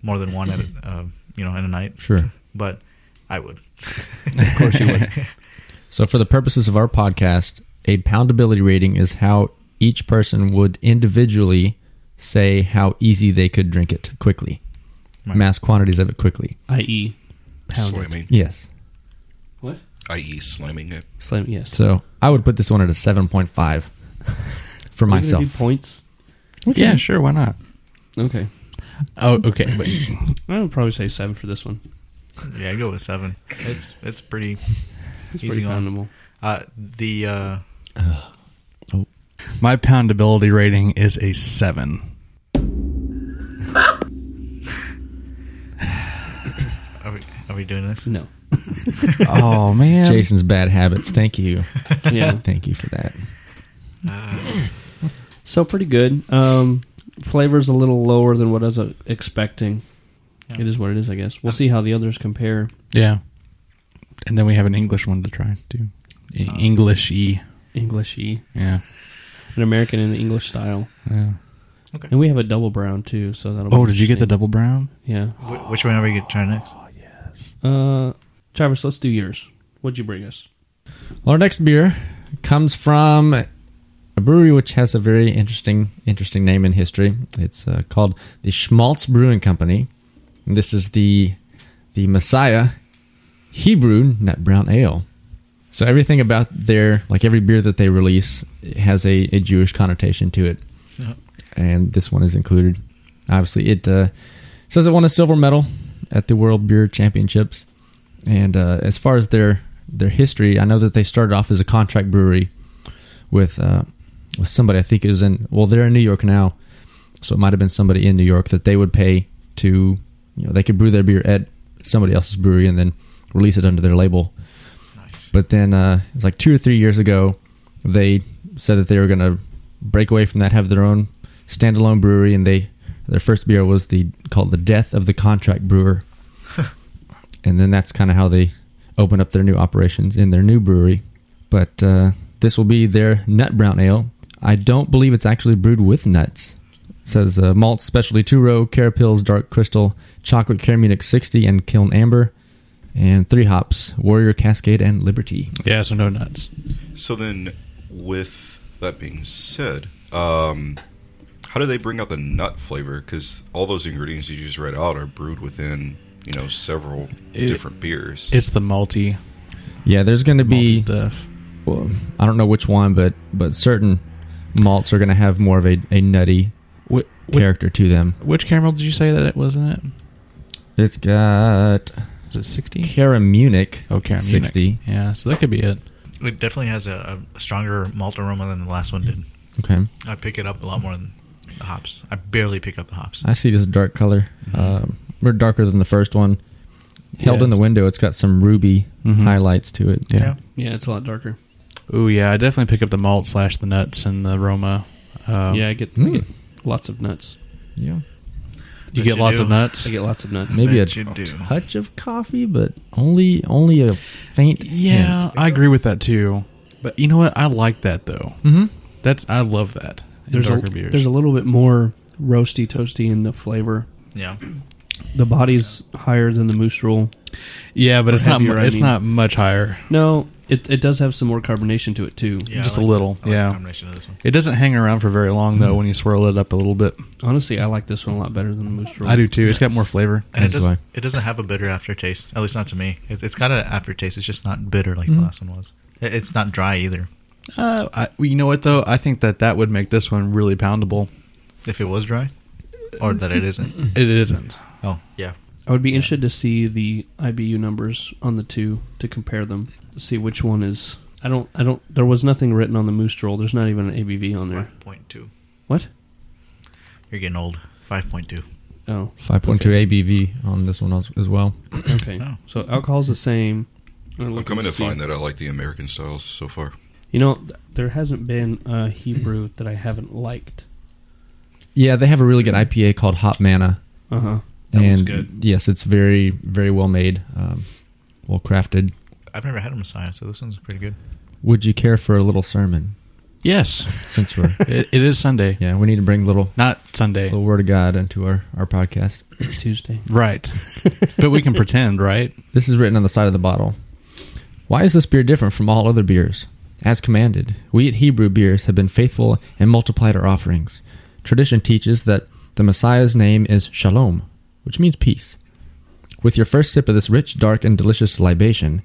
S1: more than one at a- uh, you know in a night.
S2: sure.
S1: But I would. of course you would.
S2: So, for the purposes of our podcast, a poundability rating is how each person would individually say how easy they could drink it quickly,
S1: Right.
S2: mass quantities of it quickly.
S3: I.e., E. pound it.
S5: Slamming,
S2: Yes.
S3: What?
S5: i.e., slamming it.
S3: Slam. Yes.
S2: So, I would put this one at a 7.5 *laughs* for
S3: We're gonna
S2: myself.
S3: do points.
S4: Yeah, sure, why not?
S3: Okay.
S4: Oh, okay, but
S3: I would probably say seven for this one.
S1: *laughs* yeah, I go with seven. It's it's pretty
S3: It's
S1: easy
S3: pretty
S1: going.
S3: poundable.
S1: Uh, the uh,
S4: my poundability rating is a seven.
S1: are we are we doing this? *laughs*
S3: No.
S4: oh man,
S2: Jason's bad habits. Thank
S3: *laughs*
S2: you.
S3: Yeah.
S2: Thank you for that.
S3: so pretty good. Um, flavor's a little lower than what I was uh, expecting.
S1: Yeah.
S3: It is what it is, I guess. We'll see how the others compare.
S4: Yeah. And then we have an English one to try too. English E.
S3: Englishy,
S4: Yeah.
S3: an American in the English style,
S4: yeah.
S3: and we have a double brown too. So that'll. be
S4: Oh, did you get the
S3: interesting.
S4: double brown?
S3: Yeah.
S1: Wh- which one are we going to try next?
S3: Uh, Travis, let's do yours. What'd you bring us?
S2: Well, our next beer comes from a brewery which has a very interesting interesting name in history. It's uh, called the Schmaltz Brewing Company. And this is the the Messiah Hebrew Nut Brown Ale. So everything about their like every beer that they release has a, a Jewish connotation to it,
S1: Yeah.
S2: and this one is included. Obviously, it uh, says it won a silver medal at the World Beer Championships. And uh, as far as their their history, I know that they started off as a contract brewery with uh, with somebody. I think it was in well, they're in New York now, so it might have been somebody in New York that they would pay to you know they could brew their beer at somebody else's brewery and then release it under their label.
S1: Nice.
S2: But then uh, it was like two or three years ago, they said that they were going to break away from that, have their own standalone brewery, and they their first beer was the called the Death of the Contract Brewer, and then that's kind of how they opened up their new operations in their new brewery. But uh, this will be their nut brown ale. I don't believe it's actually brewed with nuts. It says uh, malt specialty two row, Carapils Dark Crystal, Chocolate Caramunic 60, and Kiln Amber, and three hops: Warrior, Cascade, and Liberty.
S4: Yeah, so no nuts.
S5: So then, with that being said, um, how do they bring out the nut flavor? Because all those ingredients you just read out are brewed within, you know, several
S4: It-
S5: different beers.
S4: It's the multi,
S2: Yeah, there's going to
S4: multi
S2: be.
S4: stuff.
S2: well, I don't know which one, but but certain malts are going to have more of a, a nutty
S4: Which, which,
S2: character to them.
S4: which caramel did you say that it was in it?
S2: It's got
S4: Was it 60?
S2: Caramunic.
S4: Oh, caramel.
S2: 60.
S4: Yeah, so that could be it.
S1: It definitely has a, a stronger malt aroma than the last one did.
S2: Okay,
S1: I pick it up a lot more than the hops. I barely pick up the hops.
S2: I see this dark color. Um, we're darker than the first one. Held in the
S4: Yes.
S2: window, it's got some ruby
S4: Mhm.
S2: highlights to it.
S1: Yeah.
S3: Yeah, it's a lot darker.
S4: Ooh, yeah, I definitely pick up the malt slash the nuts and the aroma. Um,
S3: yeah, I get, I
S2: Hmm.
S3: get lots of nuts.
S2: yeah.
S4: you
S1: Yes,
S4: get
S1: you
S4: lots
S1: do.
S4: of nuts.
S3: I get lots of nuts.
S2: Maybe a
S1: That you do.
S2: touch of coffee, but only only a faint.
S4: Yeah, I agree with that too. But you know what? I like that though.
S2: Mm-hmm.
S4: That's I love that. in
S3: There's a,
S4: darker beers.
S3: there's a little bit more roasty, toasty in the flavor.
S1: Yeah.
S3: The body's higher than the moose roll.
S4: yeah, but it's not
S3: heavier,
S4: mu-
S3: I
S4: it's
S3: mean.
S4: not much higher.
S3: No, it, it does have some more carbonation to it too.
S1: Yeah, I
S4: Just a
S1: like-
S4: little,
S1: I like Mm.
S4: yeah.
S1: The combination of this one.
S4: It doesn't hang around for very long though. When you swirl it up a little bit,
S3: Honestly, I like this one a lot better than the moose roll.
S4: I do too. It's got more flavor.
S1: And it
S2: That's why.
S1: doesn't, it doesn't have a bitter aftertaste, at least not to me. It, it's got an aftertaste. It's just not bitter like
S3: Mm.
S1: the last one was. It, it's not dry either.
S4: Uh, I, well, you know what though? I think that that would make this one really poundable.
S1: If it was dry, or that it
S3: Mm.
S1: isn't.
S4: It isn't.
S1: Oh, yeah.
S3: I would be interested to see the IBU numbers on the two to compare them to see which one is. I don't. I don't. There was nothing written on the moose roll. There's not even an ABV on there.
S1: 5.2.
S3: What?
S1: You're getting old. 5.2.
S3: Oh,
S2: Five point two ABV on this one als- as well.
S3: okay.
S1: Oh.
S3: So alcohol's the same.
S5: I'm coming to find that I like the American styles so far.
S3: You know, th- there hasn't been a
S4: *clears throat*
S3: Hebrew that I haven't liked.
S2: Yeah, they have a really good IPA called Hop Mana.
S3: Uh
S4: Uh-huh.
S3: huh. That
S2: and
S3: one's good.
S2: yes, it's very very well made, um, well crafted.
S1: I've never had a Messiah, so this one's pretty good.
S2: Would you care for a little sermon?
S4: Yes,
S2: Since we're
S4: it, it is Sunday,
S2: yeah, we need to bring little
S4: not Sunday.
S3: Oh.
S2: little word of God into our our podcast.
S3: It's Tuesday. *laughs*
S4: Right, but we can pretend, right?
S2: This is written on the side of the bottle. Why is this beer different from all other beers? As commanded, we at Hebrew Beers have been faithful and multiplied our offerings. Tradition teaches that the Messiah's name is Shalom, which means peace. With your first sip of this rich, dark, and delicious libation,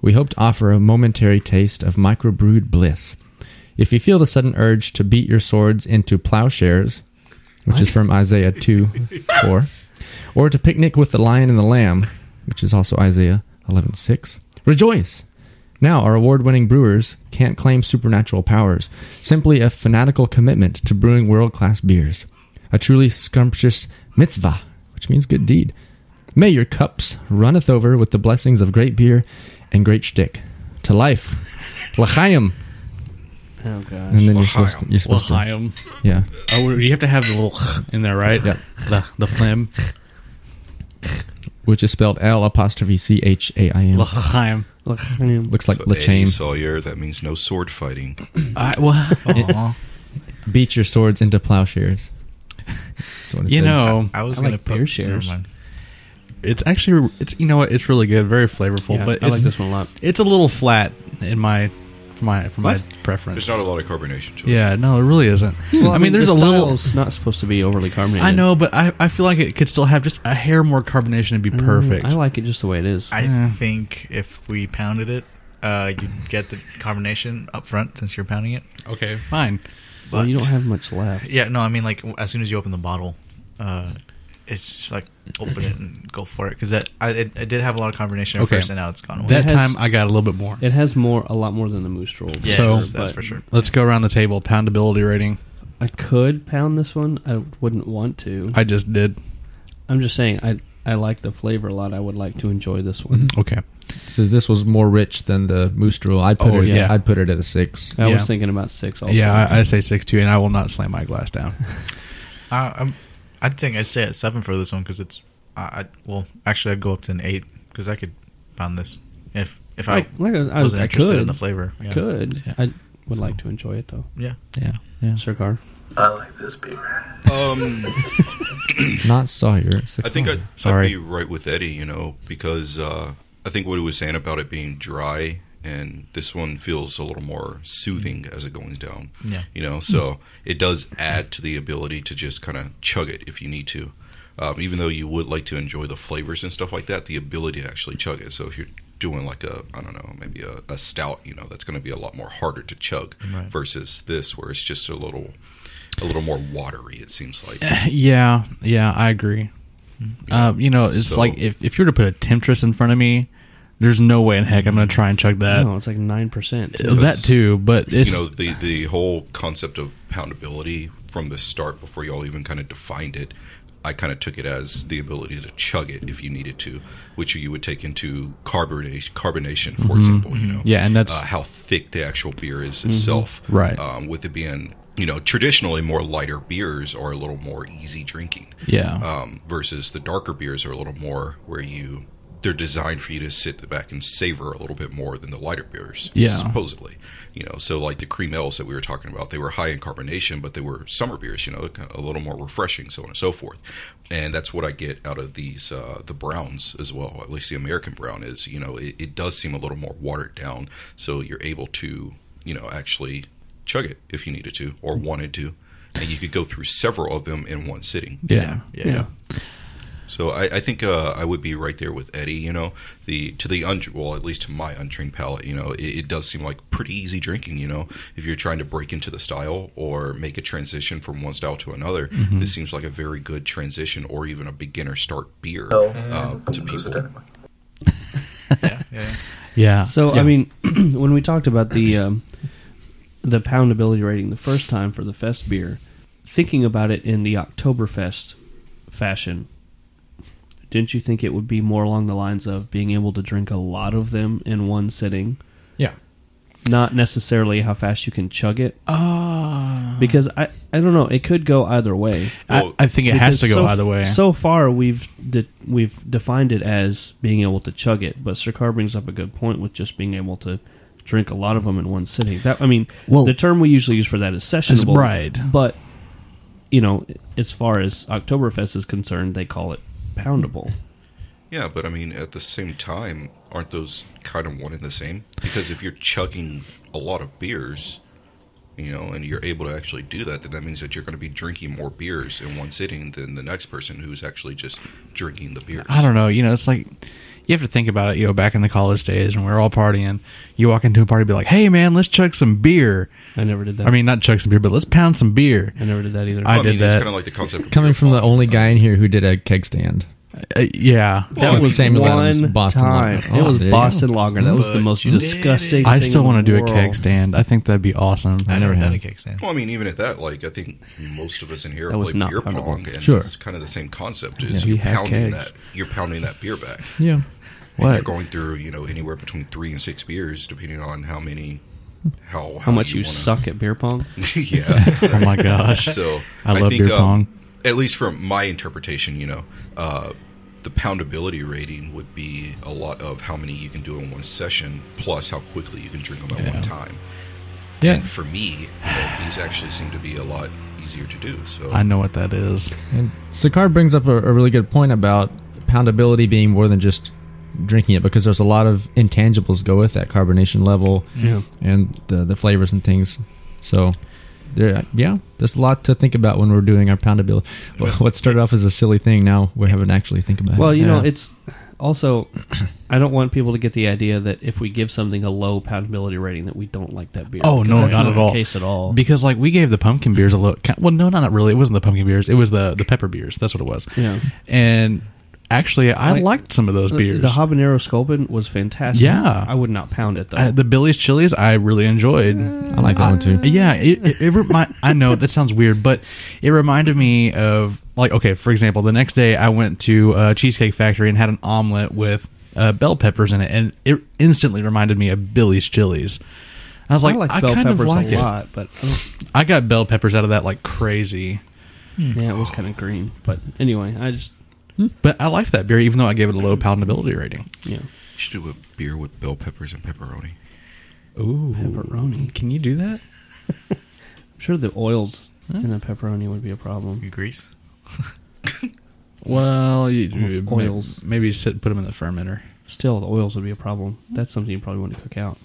S2: we hope to offer a momentary taste of microbrewed bliss. If you feel the sudden urge to beat your swords into plowshares, which is from Isaiah 2 4, or to picnic with the lion and the lamb, which is also Isaiah eleven six. Rejoice! Now, our award winning brewers can't claim supernatural powers, simply a fanatical commitment to brewing world class beers. A truly scrumptious mitzvah, which means good deed. May your cups runneth over with the blessings of great beer and great shtick. To
S4: *laughs*
S2: life. L'chaim.
S3: Oh gosh.
S2: And then you're supposed to. You're supposed to
S4: L'chaim.
S2: yeah.
S4: Oh, well, you have to have the little in there, right?
S2: Yeah.
S4: The the phlegm.
S2: Which is spelled L apostrophe C H A I M.
S4: L'chaim.
S3: Look, I am-
S2: Looks like
S5: So A,
S2: Lachaim.
S5: Sawyer, that means no sword fighting.
S4: I,
S3: *laughs*
S4: well,
S1: Aw.
S2: Beat your swords into plowshares. *laughs* That's what it
S4: you
S2: said.
S4: know,
S1: I was
S3: I
S1: going
S3: like
S1: to
S3: beer
S1: put...
S3: shares.
S1: never mind.
S4: it's actually it's you know what it's really good, very flavorful,
S3: yeah,
S4: but
S3: I like
S4: it's,
S3: this one a lot.
S4: it's a little flat in my for my for my preference.
S5: There's not a lot of carbonation to it.
S4: yeah, no, it really isn't.
S3: Hmm.
S4: I, mean, there's a
S3: the
S4: little.
S3: style's not supposed to be overly carbonated.
S4: I know, but I, I feel like it could still have just a hair more carbonation and be
S3: Mm,
S4: perfect.
S3: I like it just the way it is.
S1: I think if we pounded it, uh, you'd get the carbonation up front since you're pounding it.
S4: okay, fine.
S3: well, you
S1: but-
S3: don't have much left.
S1: Yeah, no, I mean, like, as soon as you open the bottle, uh, it's just like open it and go for it. Because that I, it, it did have a lot of carbonation at
S4: Okay.
S1: first, and now it's gone away.
S4: That
S3: has-
S4: time I got a little bit more.
S3: It has more, a lot more than the moose roll.
S1: Yes,
S4: so-
S1: that's
S3: but
S1: for sure.
S4: Let's go around the table. Poundability rating.
S3: I could pound this one. I wouldn't want to.
S4: I just did.
S3: I'm just saying. I I like the flavor a lot. I would like to enjoy this one.
S4: Okay.
S2: So this was more rich than the Moose Drool. I put
S4: Oh,
S2: it.
S4: yeah.
S2: I put it at a six.
S3: I
S4: Mm-hmm. Yeah.
S3: was thinking about six also.
S4: Yeah, I, I say six two, and I will not slam my
S3: *laughs*
S4: glass down.
S1: I, I'm, I think Uh, um, I'd stay at seven for this one because it's. I, I well, actually, I'd go up to an eight because I could pound this if if I
S3: Like- like Oh, I- I-
S1: wasn't
S3: I
S1: interested in
S3: could.
S1: the flavor. Yeah.
S3: Could.
S4: Yeah.
S3: I would like to enjoy it though.
S1: Yeah.
S4: Yeah, yeah.
S3: Sure, Car.
S6: I like this beer.
S5: Um,
S2: Not Sawyer. it's
S5: I think
S2: Sakara.
S5: I'd,
S4: Sorry.
S5: I'd be right with Eddie, you know, because uh, I think what he was saying about it being dry, and this one feels a little more soothing as it goes down.
S1: Yeah.
S5: You know, so it does add to the ability to just kind of chug it if you need to. Um, even though you would like to enjoy the flavors and stuff like that, the ability to actually chug it. So if you're doing like a, I don't know, maybe a, a stout, you know, that's going to be a lot more harder to chug
S1: Right.
S5: versus this, where it's just a little, a little more watery. It seems like.
S4: Yeah, yeah, I agree. Um, you know, it's
S5: So-
S4: like if, if you were to put a temptress in front of me, there's no way in heck I'm going to try and chug
S1: Uh,
S4: that.
S3: no, it's like nine percent.
S4: that too, but it's
S5: you know the the whole concept of poundability from the start before y'all even kind of defined it i kind of took it as the ability to chug it if you needed to which you would take into carbonation carbonation for
S4: Mm-hmm.
S5: example you know
S4: Yeah, and that's-
S5: uh, how thick the actual beer is itself
S4: Mm-hmm. Right.
S5: um, with it being you know traditionally more lighter beers are a little more easy drinking
S4: yeah,
S5: um, versus the darker beers are a little more where you they're designed for you to sit back and savor a little bit more than the lighter beers
S4: Yeah.
S5: supposedly you know so like the cream ales that we were talking about they were high in carbonation but they were summer beers you know kind of a little more refreshing so on and so forth and that's what i get out of these uh, the browns as well at least the american brown is you know it, it does seem a little more watered down so you're able to you know actually chug it if you needed to or wanted to and you could go through several of them in one sitting
S4: yeah,
S1: Yeah.
S3: Yeah.
S5: so I, I think uh, I would be right there with Eddie. You know, the to the un well, at least to my untrained palate, you know, it, it does seem like pretty easy drinking. You know, if you're trying to break into the style or make a transition from one style to another, this seems like a very good transition or even a beginner start beer
S6: Oh.
S5: uh, to people.
S1: Yeah. Yeah.
S4: yeah.
S3: So
S4: Yeah.
S3: I mean, *clears throat* when we talked about the um, the poundability rating the first time for the fest beer, thinking about it in the Oktoberfest fashion, didn't you think it would be more along the lines of being able to drink a lot of them in one sitting?
S4: Yeah.
S3: Not necessarily how fast you can chug it,
S4: Uh,
S3: because I I don't know. It could go either way.
S4: I, I think it has
S3: Because
S4: to go
S3: so,
S4: either way.
S3: So far, we've de- we've defined it as being able to chug it, but Sir Carr brings up a good point with just being able to drink a lot of them in one sitting. That I mean,
S4: Well-
S3: the term we usually use for that is sessionable,
S4: right.
S3: But you know, as far as Oktoberfest is concerned, they call it poundable.
S5: Yeah, but I mean, at the same time, aren't those kind of one and the same? Because if you're chugging a lot of beers, you know, and you're able to actually do that, then that means that you're going to be drinking more beers in one sitting than the next person who's actually just drinking the beers.
S4: I don't know. You know, it's like you have to think about it. You know, back in the college days when we were all partying, you walk into a party, and be like, "Hey, man, let's chug some beer."
S3: I never did that.
S4: I mean, not chug some beer, but let's pound some beer.
S3: I never did that either.
S4: I
S5: Well, I, mean,
S4: did
S5: that's
S4: that.
S5: kind of like the concept of
S2: coming
S5: beer
S2: from the
S5: pong.
S2: only guy in here who did a keg stand.
S4: Uh, yeah,
S5: That
S2: With
S5: was
S2: Samuel Adams,
S3: one
S2: Boston
S3: time.
S2: Lager.
S3: it
S2: Oh,
S3: was
S2: there you go.
S3: Boston Lager. That was the
S1: But
S3: most
S1: you did
S3: disgusting.
S1: it.
S4: I still
S3: want to
S4: do a keg stand. I think that'd be awesome.
S1: I never had a
S4: have.
S1: cake stand.
S5: Well, I mean, even at that, like I think most of us in here
S3: That was
S5: play
S3: not
S5: beer pong,
S3: poundable.
S5: and
S2: Sure.
S5: it's kind of the same concept. Is
S4: Yeah. We
S5: you're
S4: had
S5: pounding
S4: kegs.
S5: that, you're pounding that beer back.
S2: Yeah.
S5: And
S4: What?
S5: you're going through, you know, anywhere between three and six beers, depending on how many, how
S3: How much you
S5: wanna-
S3: suck at beer pong?
S5: *laughs* yeah.
S4: Oh my gosh.
S5: So um,
S4: I love beer pong.
S5: At least from my interpretation, you know, uh, the poundability rating would be a lot of how many you can do in one session, plus how quickly you can drink them at
S4: Yeah.
S5: one time.
S4: Yeah.
S5: And for me, you know, these actually seem to be a lot easier to do. So
S4: I know what that is.
S2: And Sakar brings up a, a really good point about poundability being more than just drinking it because there's a lot of intangibles go with that carbonation level
S3: Yeah.
S2: and the, the flavors and things. So there, yeah, there's a lot to think about when we're doing our poundability. Wh- What started off as a silly thing, now we haven't actually think about
S3: Well,
S2: it.
S3: you know,
S4: Yeah.
S3: it's also *clears throat* I don't want people to get the idea that if we give something a low poundability rating that we don't like that beer.
S4: Oh
S3: because
S4: no,
S3: that's
S4: not, at all.
S3: The case at all.
S4: Because like we gave the pumpkin beers a little. Well, no, not really. It wasn't the pumpkin beers. It was the the pepper beers. That's what it was.
S3: Yeah.
S4: And actually, I
S3: Like-
S4: liked some of those
S3: The-
S4: beers.
S3: The habanero sculpin was fantastic.
S4: Yeah.
S3: I would not pound it though.
S4: Uh, the Billy's Chili's, I really enjoyed.
S2: I like that one too.
S4: yeah, it, it, it remi- I know that sounds weird, but it reminded me of like okay, for example, the next day I went to uh, Cheesecake Factory and had an omelet with uh, bell peppers in it, and it instantly reminded me of Billy's Chili's. I was like, I,
S3: I like bell
S4: kind
S3: peppers
S4: of like
S3: a
S4: it.
S3: lot, but uh, I don't-
S4: I got bell peppers out of that like crazy, Hmm.
S3: yeah, it was kind of green. But anyway, I just
S4: but I liked that beer even though I gave it a low palatability rating.
S3: you know
S5: You should do a beer with bell peppers and pepperoni.
S4: Ooh,
S3: pepperoni.
S4: can you do that?
S3: I'm sure the oils
S4: Hmm.
S3: in the pepperoni would be a problem.
S1: Grease.
S4: *laughs* Well, you, you- may-
S3: Oils.
S4: Maybe sit and put them in the fermenter.
S3: Still, the oils would be a problem. That's something you probably want to cook out.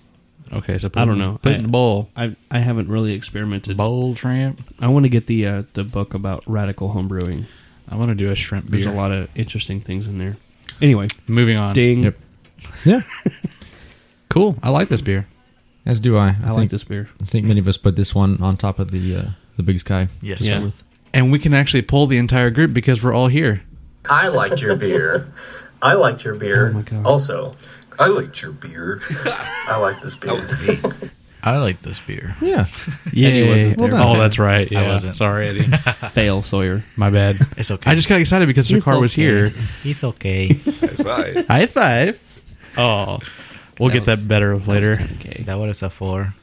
S4: Okay, so put
S3: I don't
S4: it-
S3: know.
S4: Put
S3: I-
S4: it in a bowl.
S3: I I haven't really experimented.
S4: Bowl tramp.
S3: I want to get the uh, the book about radical homebrewing.
S4: I want to do a shrimp beer.
S3: There's a lot of interesting things in there. Anyway,
S4: Moving
S5: Um,
S4: on.
S3: ding.
S2: Yep. Yeah,
S4: Cool. I like this beer.
S2: as do I. I,
S3: I
S2: think,
S3: like this beer.
S2: I think many of us put this one on top of the uh, the Big Sky.
S1: Yes.
S2: to start
S3: Yeah.
S2: with.
S4: And we can actually pull the entire group because we're all here.
S7: I liked your beer. I liked your beer.
S3: Oh my God.
S7: Also,
S6: I liked your beer.
S7: I like this beer.
S1: I like this beer.
S2: Yeah.
S4: Yeah.
S3: wasn't there.
S4: oh, that's right. Yeah.
S1: wasn't.
S4: Sorry, Eddie.
S3: Fail Sawyer.
S4: My bad.
S1: *laughs* It's okay.
S4: *laughs* I just got excited because Sakar was here.
S1: He's okay.
S5: *laughs* Right.
S4: High five. Oh, we'll get that better later.
S3: Okay.
S1: that what it's a four.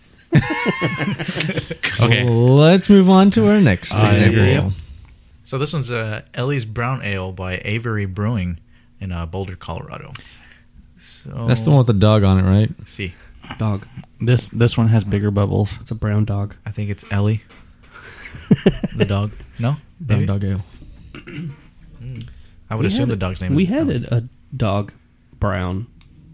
S4: Okay.
S2: Let's move on to our next
S4: I
S2: example.
S4: agree.
S1: So this one's uh, Ellie's Brown Ale by Avery Brewing in uh, Boulder, Colorado. So
S2: That's the one with the dog on it, right?
S1: Let's see,
S3: Dog.
S4: This this one has bigger bubbles.
S3: It's a brown
S4: *laughs*
S3: dog.
S1: I think it's Ellie, the dog. No, Maybe?
S2: Brown dog ale.
S1: I would assume the dog's name.
S3: We
S1: is
S3: had
S1: Ellie.
S3: a, a dog, Brown.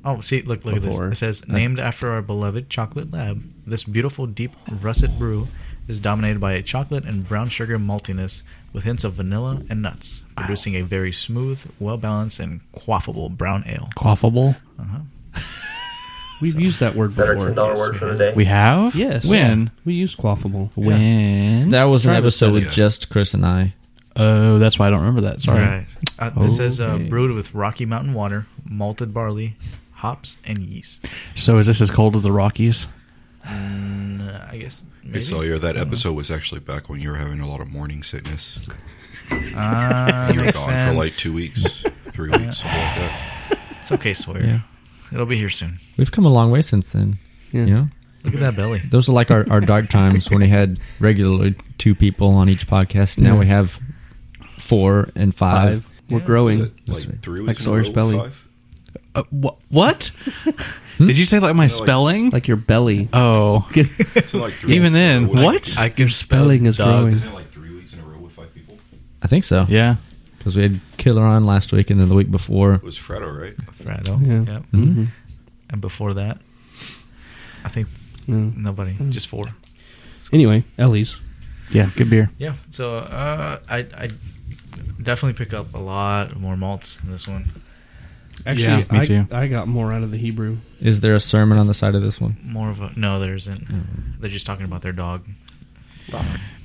S1: Oh, see, look, look
S3: Before.
S1: at this. It says, named after our beloved chocolate lab, this beautiful deep russet brew is dominated by a chocolate and brown sugar maltiness with hints of vanilla and nuts, producing a very smooth, well balanced, and quaffable brown ale.
S4: Quaffable.
S3: We've used that word
S7: Is that our ten
S3: before.
S7: dollar word for the day?
S4: We have.
S3: Yes.
S4: When.
S3: We used quaffable.
S4: When.
S2: That was an
S4: Travis
S2: episode with
S5: said it.
S2: just Chris and I.
S4: Oh, that's why I don't remember that. Sorry.
S1: Uh, it says uh,
S4: Okay.
S1: brewed with Rocky Mountain water, malted barley, hops, and yeast.
S4: So is this as cold as the Rockies?
S1: Mm, uh, I guess.
S5: Hey,
S1: Maybe?
S5: Sawyer, that episode was actually back when you were having a lot of morning sickness.
S1: Ah,
S5: *laughs* you were
S1: makes
S5: gone for like
S1: sense.
S5: two weeks, three weeks, something like that.
S1: It's okay, Sawyer.
S2: Yeah.
S1: It'll be here soon.
S2: We've come a long way since then.
S3: Yeah.
S2: You know?
S1: Look at that belly.
S2: Those are like our, our *laughs* dark times when we had regularly two people on each podcast. Now
S3: Yeah.
S2: we have four and five.
S3: Five. We're growing.
S5: Was it,
S2: That's
S5: like
S2: right.
S5: three
S3: Like
S5: weeks in a
S3: Sawyer's
S5: row,
S3: belly.
S5: five?
S4: Uh, wh- what? Did you say like my spelling?
S3: Like your belly.
S4: oh.
S3: *laughs*
S5: So, like, three
S4: Even
S5: weeks in a
S4: then,
S5: row with-
S4: what?
S1: I can
S3: Spelling is growing.
S5: Isn't it like three weeks in a row with five people?
S2: I think so.
S4: yeah.
S2: Because we had Killer on last week and then the week before.
S5: It was Fredo, right?
S1: Fredo.
S3: Yeah.
S1: Yep.
S3: Mm-hmm.
S1: And before that, I think
S4: Mm-hmm.
S3: No.
S1: nobody, just four.
S3: Anyway, Ellie's.
S4: Yeah. Good beer.
S1: Yeah. So uh, I, I definitely pick up a lot more malts in this one.
S3: Actually,
S4: me
S3: I,
S4: too.
S3: I got more out of the Hebrew.
S2: Is there a sermon on the side of this one?
S1: More of a no, there isn't.
S3: Mm.
S1: They're just talking about their dog.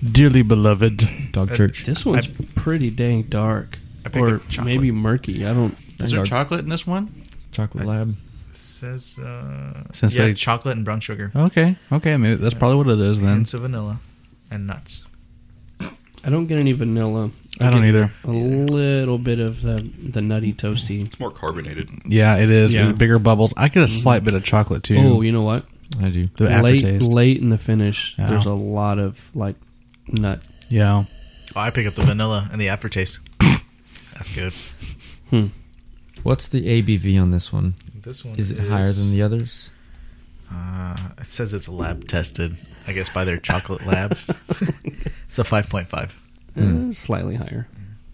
S4: Dearly beloved.
S2: Dog
S1: Uh,
S2: church.
S3: This one's pretty dang dark.
S1: I picked
S3: Or
S1: up chocolate.
S3: maybe murky. I don't.
S4: Is there chocolate in this one?
S2: Chocolate Lab.
S1: It says uh,
S4: Since
S1: yeah,
S4: they-
S1: chocolate and brown sugar,
S4: Okay. Okay. Maybe that's probably what it is then.
S1: hints of vanilla, and nuts.
S3: I don't get any vanilla.
S4: I don't
S3: get
S4: either.
S3: A little bit of the the nutty toasty.
S5: It's more carbonated.
S4: Yeah, Mm-hmm. it is.
S3: Yeah.
S4: It's bigger bubbles. I get a slight bit of chocolate too.
S3: Oh, you know what?
S2: I do.
S4: the
S3: late
S4: aftertaste.
S3: late in the finish,
S4: Yeah.
S3: there's a lot of like nut.
S4: Yeah.
S1: Oh, I pick up the vanilla and the aftertaste. That's good.
S3: Hmm.
S2: What's the ABV on this one?
S1: This one
S2: Is it higher than the others?
S1: Uh, it says it's lab tested. I guess by their chocolate lab. it's a five point five.
S3: Uh, slightly higher.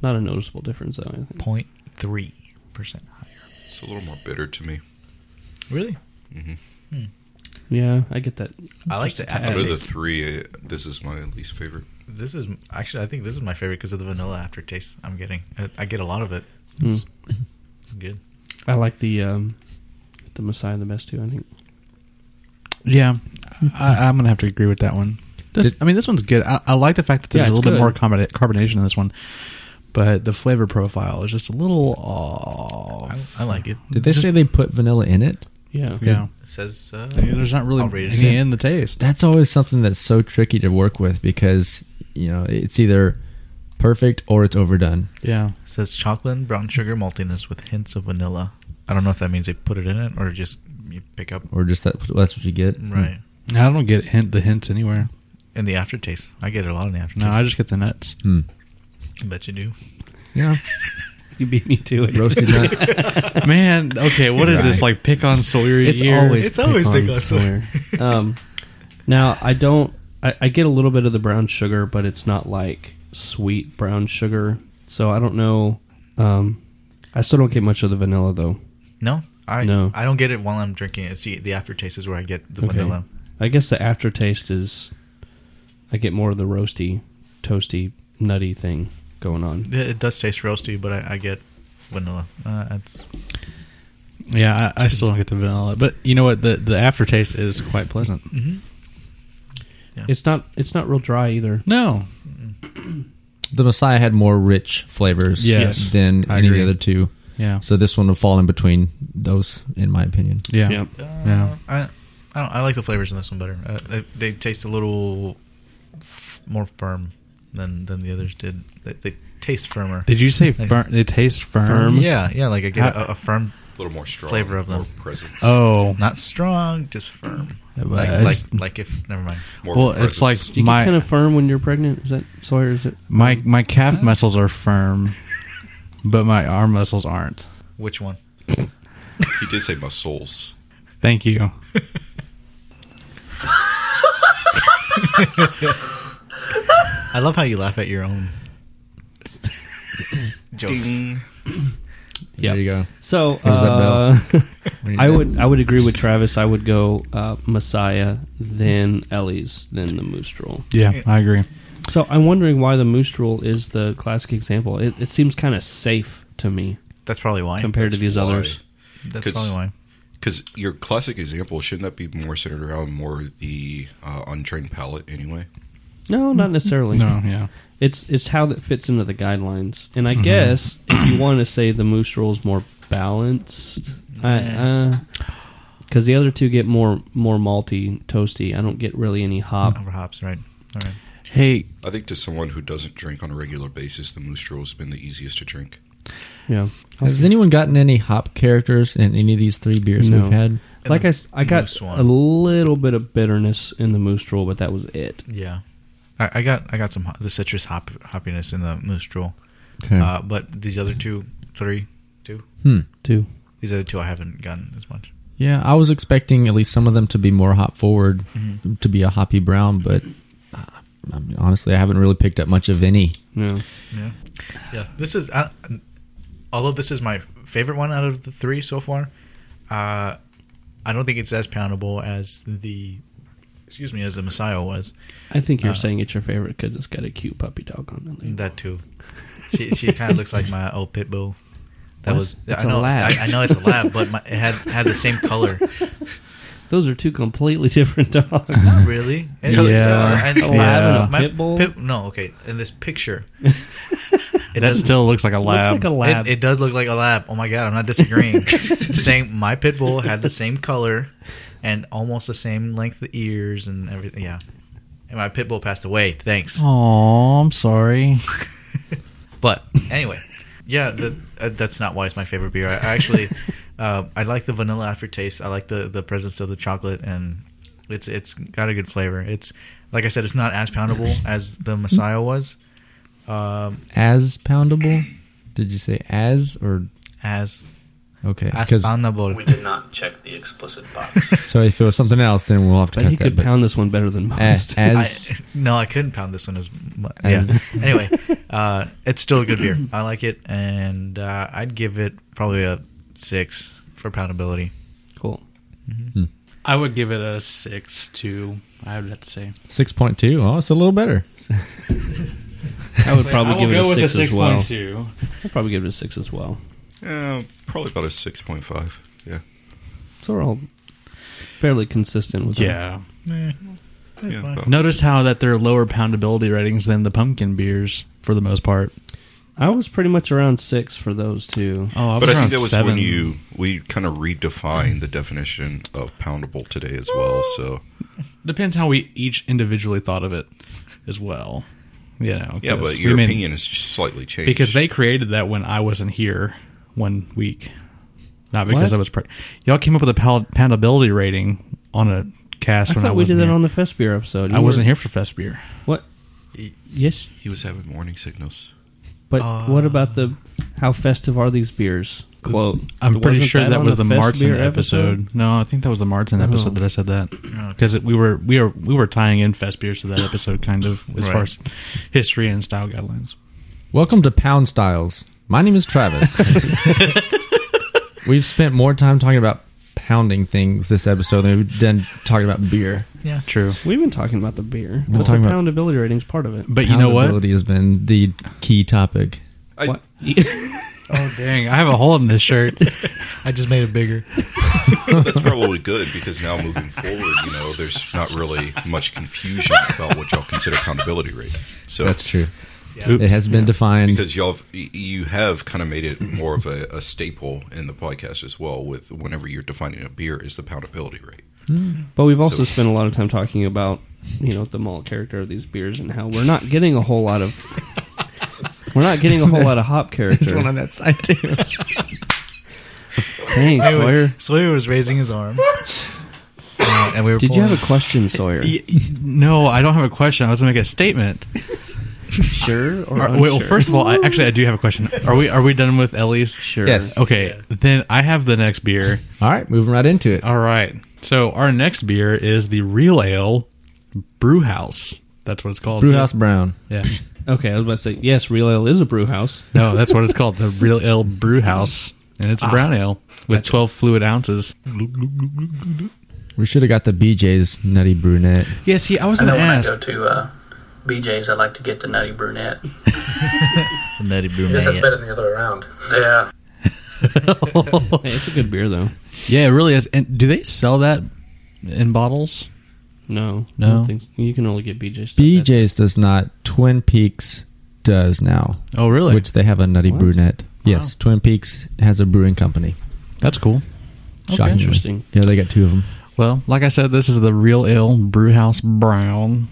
S3: Not a noticeable difference though. I think.
S1: 0.3 percent higher.
S5: It's a little more bitter to me. Mm-hmm.
S1: Really?
S3: Yeah, I get that.
S1: I like the
S5: Out of the
S1: aftertaste.
S5: three, uh, this is my least favorite.
S1: This is actually, I think this is my favorite because of the vanilla aftertaste I'm getting. I, I get a lot of it.
S3: Mm.
S1: Good.
S3: I like the um, the Messiah the best too. I think.
S4: Yeah. I, I'm gonna have to agree with that one. This, I mean, this one's good. I, I like the fact that
S3: Yeah,
S4: there's a
S3: it's
S4: little bit
S3: good.
S4: more carbona- carbonation in this one, but the flavor profile is just a little off.
S1: I, I like it.
S2: Did they say they put vanilla in it?
S3: Yeah.
S4: Yeah.
S1: It says uh,
S4: I mean, there's not really
S1: I'll read it.
S4: any in the taste.
S2: That's always something that's so tricky to work with because, you know, it's either perfect or it's overdone.
S4: Yeah.
S1: it says chocolate and brown sugar maltiness with hints of vanilla I don't know if that means they put it in it or just you pick up
S2: or just that that's what you get.
S1: right
S4: I don't get hint the hints anywhere.
S1: in the aftertaste. I get it a lot in the aftertaste.
S4: No, I just get the nuts.
S2: Hmm.
S1: I bet you do.
S4: Yeah,
S3: You beat me to it.
S2: Roasted nuts.
S3: *laughs*
S4: *laughs* man. Okay, what is this
S2: Right.
S4: like? Pick on Sawyer
S3: It's
S4: year?
S3: always
S1: It's always
S3: pick on
S1: pick on
S3: Sawyer. um, now I don't. I, I get a little bit of the brown sugar, but it's not like sweet brown sugar. So I don't know. Um, I still don't get much of the vanilla though.
S1: No, I
S3: No.
S1: I don't get it while I'm drinking it. See, the aftertaste is where I get the
S3: Okay.
S1: vanilla.
S3: I guess the aftertaste is. I get more of the roasty, toasty, nutty thing going on.
S1: It, it does taste roasty, but I, I get vanilla. Uh, it's
S4: Yeah, I, I still don't get the vanilla, but you know what? The the aftertaste is quite pleasant.
S3: It's not. It's not real dry either.
S4: No,
S2: The Messiah had more rich flavors
S4: Yes.
S2: than
S4: I
S2: any
S4: agree.
S2: of the other two.
S4: yeah,
S2: So this one would fall in between those, in my opinion.
S4: yeah,
S3: Yep.
S4: Yeah.
S1: I I, don't, I like the flavors in this one better. Uh, they, they taste a little f- more firm than than the others did. They, they taste firmer.
S4: Did you say
S1: Like-
S4: firm? They taste firm.
S3: Firm?
S1: yeah, yeah, like I get a, a firm,
S5: A little more strong
S1: Flavor of them.
S5: more presence.
S4: Oh,
S1: not strong, just firm.
S2: But
S1: Like
S2: I
S1: like,
S2: just-
S1: like if never mind.
S5: More
S4: well,
S5: of a
S4: it's like
S5: presence.
S3: Do you
S4: my
S3: get kind of firm when you're pregnant? Is that Sawyer? Is it?
S4: my my calf muscles are firm, but my arm muscles aren't.
S1: Which one?
S5: he did say muscles.
S4: Thank you.
S1: I love how you laugh at your own *laughs* jokes.
S3: Yeah.
S2: There you go.
S3: So
S2: was that
S3: uh,
S2: When you
S3: I
S2: did-
S3: would I would agree with Travis. I would go uh, Messiah, then Ellie's, then the Moostrol.
S4: Yeah, I agree.
S3: So I'm wondering why the Moostrol is the classic example. It, it seems kind of safe to me
S1: That's probably why.
S3: compared to these others.
S1: That's
S5: 'Cause-
S1: probably why.
S5: Because your classic example shouldn't that be more centered around more the uh, untrained palate anyway?
S3: No, not necessarily.
S4: No, yeah,
S3: It's it's how that fits into the guidelines. And I guess if you want to say the Moostrol is more balanced, I because the other two get more more malty, toasty. I don't get really any hop.
S1: Over hops, right? All right.
S4: Hey,
S5: I think to someone who doesn't drink on a regular basis, the Moostrol has been the easiest to drink.
S3: Yeah.
S2: Has anyone gotten any hop characters in any of these three beers
S3: No.
S2: we've had?
S1: And
S3: like
S1: the
S3: I, s- I got
S1: moose one.
S3: a little bit of bitterness in the moose drool, but that was it.
S1: Yeah, I, I got I got some ho- the citrus hop hoppiness in the moose drool,
S2: Okay.
S1: uh, but these other two, three, two,
S2: hmm.
S3: Too.
S1: these other two I haven't gotten as much.
S2: Yeah, I was expecting at least some of them to be more hop forward, to be a hoppy brown, but uh, I mean, honestly, I haven't really picked up much of any.
S3: No.
S1: Yeah, yeah. This is uh, although this is my favorite one out of the three so far. Uh, I don't think it's as poundable as the excuse me as the Messiah was.
S3: I think you're
S1: Uh,
S3: saying it's your favorite because it's got a cute puppy dog on the label.
S1: That too. She she kind of looks like my old pit bull. That
S3: What?
S1: was
S3: It's
S1: I
S3: a
S1: know
S3: lab.
S1: I, I know it's a lab, but my, it had had the same
S3: *laughs*
S1: color.
S3: Those are two completely *laughs* different
S8: *laughs*
S3: dogs.
S1: Not really. It-
S4: Yeah.
S1: it's, uh, and-
S3: A lab and a
S1: my
S3: pit bull?
S1: pit- no, okay. In this picture, it
S4: that
S1: does
S4: still looks like a lab.
S3: Looks like a lab.
S1: It, it does look like a lab. Oh my god, I'm not
S3: *laughs*
S1: disagreeing. I'm saying my pit bull had the same color and almost the same length of ears and everything. Yeah. And my pit bull passed away. Thanks.
S4: Aw, I'm sorry.
S3: Oh.
S1: *laughs* But anyway, yeah, the, uh, that's not why it's my favorite beer. I, I
S7: *laughs*
S1: actually, uh, I like the vanilla aftertaste. I like the the presence of the chocolate, and it's it's got a good flavor. It's like I said, it's not
S7: *clears throat*
S1: as poundable as the Messiah was. Um,
S2: As poundable? Did you say as or
S1: as
S2: okay?
S1: as
S2: 'cause-
S7: We
S1: poundable.
S7: did not check the explicit box.
S2: so if it was something else, then we'll have to
S3: but he
S2: cut that.
S3: could
S2: but
S3: pound this one better than
S2: a-
S3: most.
S2: as,
S1: *laughs* I, no, I couldn't pound this one as much. Yeah. *laughs*
S2: As-
S1: anyway, uh, it's still a good beer. I like it, and uh, I'd give it probably a six for poundability.
S3: *laughs* cool.
S4: I would give it a six two. I would have to say.
S2: six point two. Oh, it's a little better.
S3: I would probably give it a six, as well.
S4: two.
S3: I'd probably give it a six as well.
S5: Uh, probably about a 6.5. Yeah.
S3: So we're all fairly consistent with that.
S4: Yeah.
S1: Eh, that's
S5: yeah
S1: fine.
S5: about-
S4: Notice how that they're lower poundability ratings than the pumpkin beers for the most part.
S3: I was pretty much around six for those two.
S4: Oh,
S5: But I think that was when you we kind of redefined the definition of poundable today as well. So
S4: depends how we each individually thought of it as well. You know,
S5: yeah,
S4: 'cause
S5: but
S4: we
S5: your
S4: made-
S5: opinion has slightly changed
S4: because they created that when I wasn't here one week.
S8: Not because
S3: What?
S8: I was pregnant. Y'all came up with a pal- poundability rating on a cast
S3: I
S8: when I
S3: thought we
S8: was
S3: did that on the Fest Beer episode.
S8: I wasn't here for Fest Beer.
S3: What? Yes,
S5: He was having warning signals.
S3: but what
S8: Ah.
S3: about the how festive are these beers? Quote.
S8: I'm pretty
S3: Wasn't
S8: sure that,
S3: on
S8: was the,
S3: Fest
S8: Martin
S3: Beer
S8: episode. Oh. No, I think that was the Martin episode that I said that because we were we are we were tying in Fest beers to that episode, kind of as
S1: Right.
S8: far as history and style guidelines.
S2: Welcome to Pound Styles. My name is
S8: *laughs*
S2: Travis. We've spent more time talking about pounding things this episode than we've done talking about beer.
S1: Yeah.
S8: True,
S3: We've been talking about the beer.
S2: been
S3: but
S2: talking
S3: the
S2: about-
S3: poundability rating's part of it.
S8: but you know what?
S2: Poundability has been the key topic.
S3: What? *laughs*
S8: Oh dang, I have a hole in this *laughs* shirt.
S1: I just made it bigger.
S5: *laughs* That's probably good because now moving forward, you know, there's not really much confusion about what y'all consider accountability rate. So
S2: That's true.
S8: Oops.
S2: It has been defined.
S5: because y'all have- y- you have kind of made it more of a, a staple in the podcast as well with whenever you're defining a beer is the poundability rate.
S3: But we've also
S5: So-
S3: spent a lot of time talking about, you know, the malt character of these beers and how we're not getting a whole
S8: *laughs*
S3: lot of we're not getting a whole lot of hop character.
S2: that side
S3: *laughs*
S2: too.
S3: Thanks, Sawyer.
S1: Sawyer was raising his arm. Uh, and we were
S3: Did you
S1: pulling-
S3: have a
S8: *laughs*
S3: question, Sawyer?
S8: Y- no, I don't have a question. I was gonna make a *laughs* statement.
S3: Sure or
S8: Are- wait, well,
S3: unsure?
S8: first of all, I, actually, I do have a question. Are we are we done with Ellie's?
S3: sure.
S2: Yes.
S8: Okay, then I have the next beer.
S2: All right, moving right into it.
S8: All right. So our next beer is the Real Ale Brewhouse. That's what it's called.
S2: Brewhouse Brown.
S8: Yeah.
S3: Okay, I was about to say yes. Real ale is a brew
S8: *laughs*
S3: house.
S8: No, that's what it's called. The Real Ale Brewhouse, and it's a brown ale with twelve fluid ounces.
S2: We should have got the BJ's Nutty Brunette.
S8: Yeah. See, I was
S6: I know
S8: gonna
S6: when
S8: ask.
S6: I go to uh, BJ's, I like to get the nutty brunette.
S1: Nutty Brew
S9: I guess that's
S1: Man.
S9: better than the other way around. Yeah.
S3: Hey, it's a good beer though.
S8: Yeah, it really is. And do they sell that in bottles?
S3: No,
S8: No.
S3: I don't think so. you can only get BJ's. stuff.
S2: BJ's does not. Twin Peaks does now,
S8: Oh, really?
S2: which they have a Nutty
S3: What?
S2: Brunette. Yes, Twin Peaks has a brewing company.
S8: that's cool.
S2: Shockingly.
S3: interesting.
S2: Yeah, they got two of them.
S8: Well, like I said, this is the Real Ale Brewhouse Brown,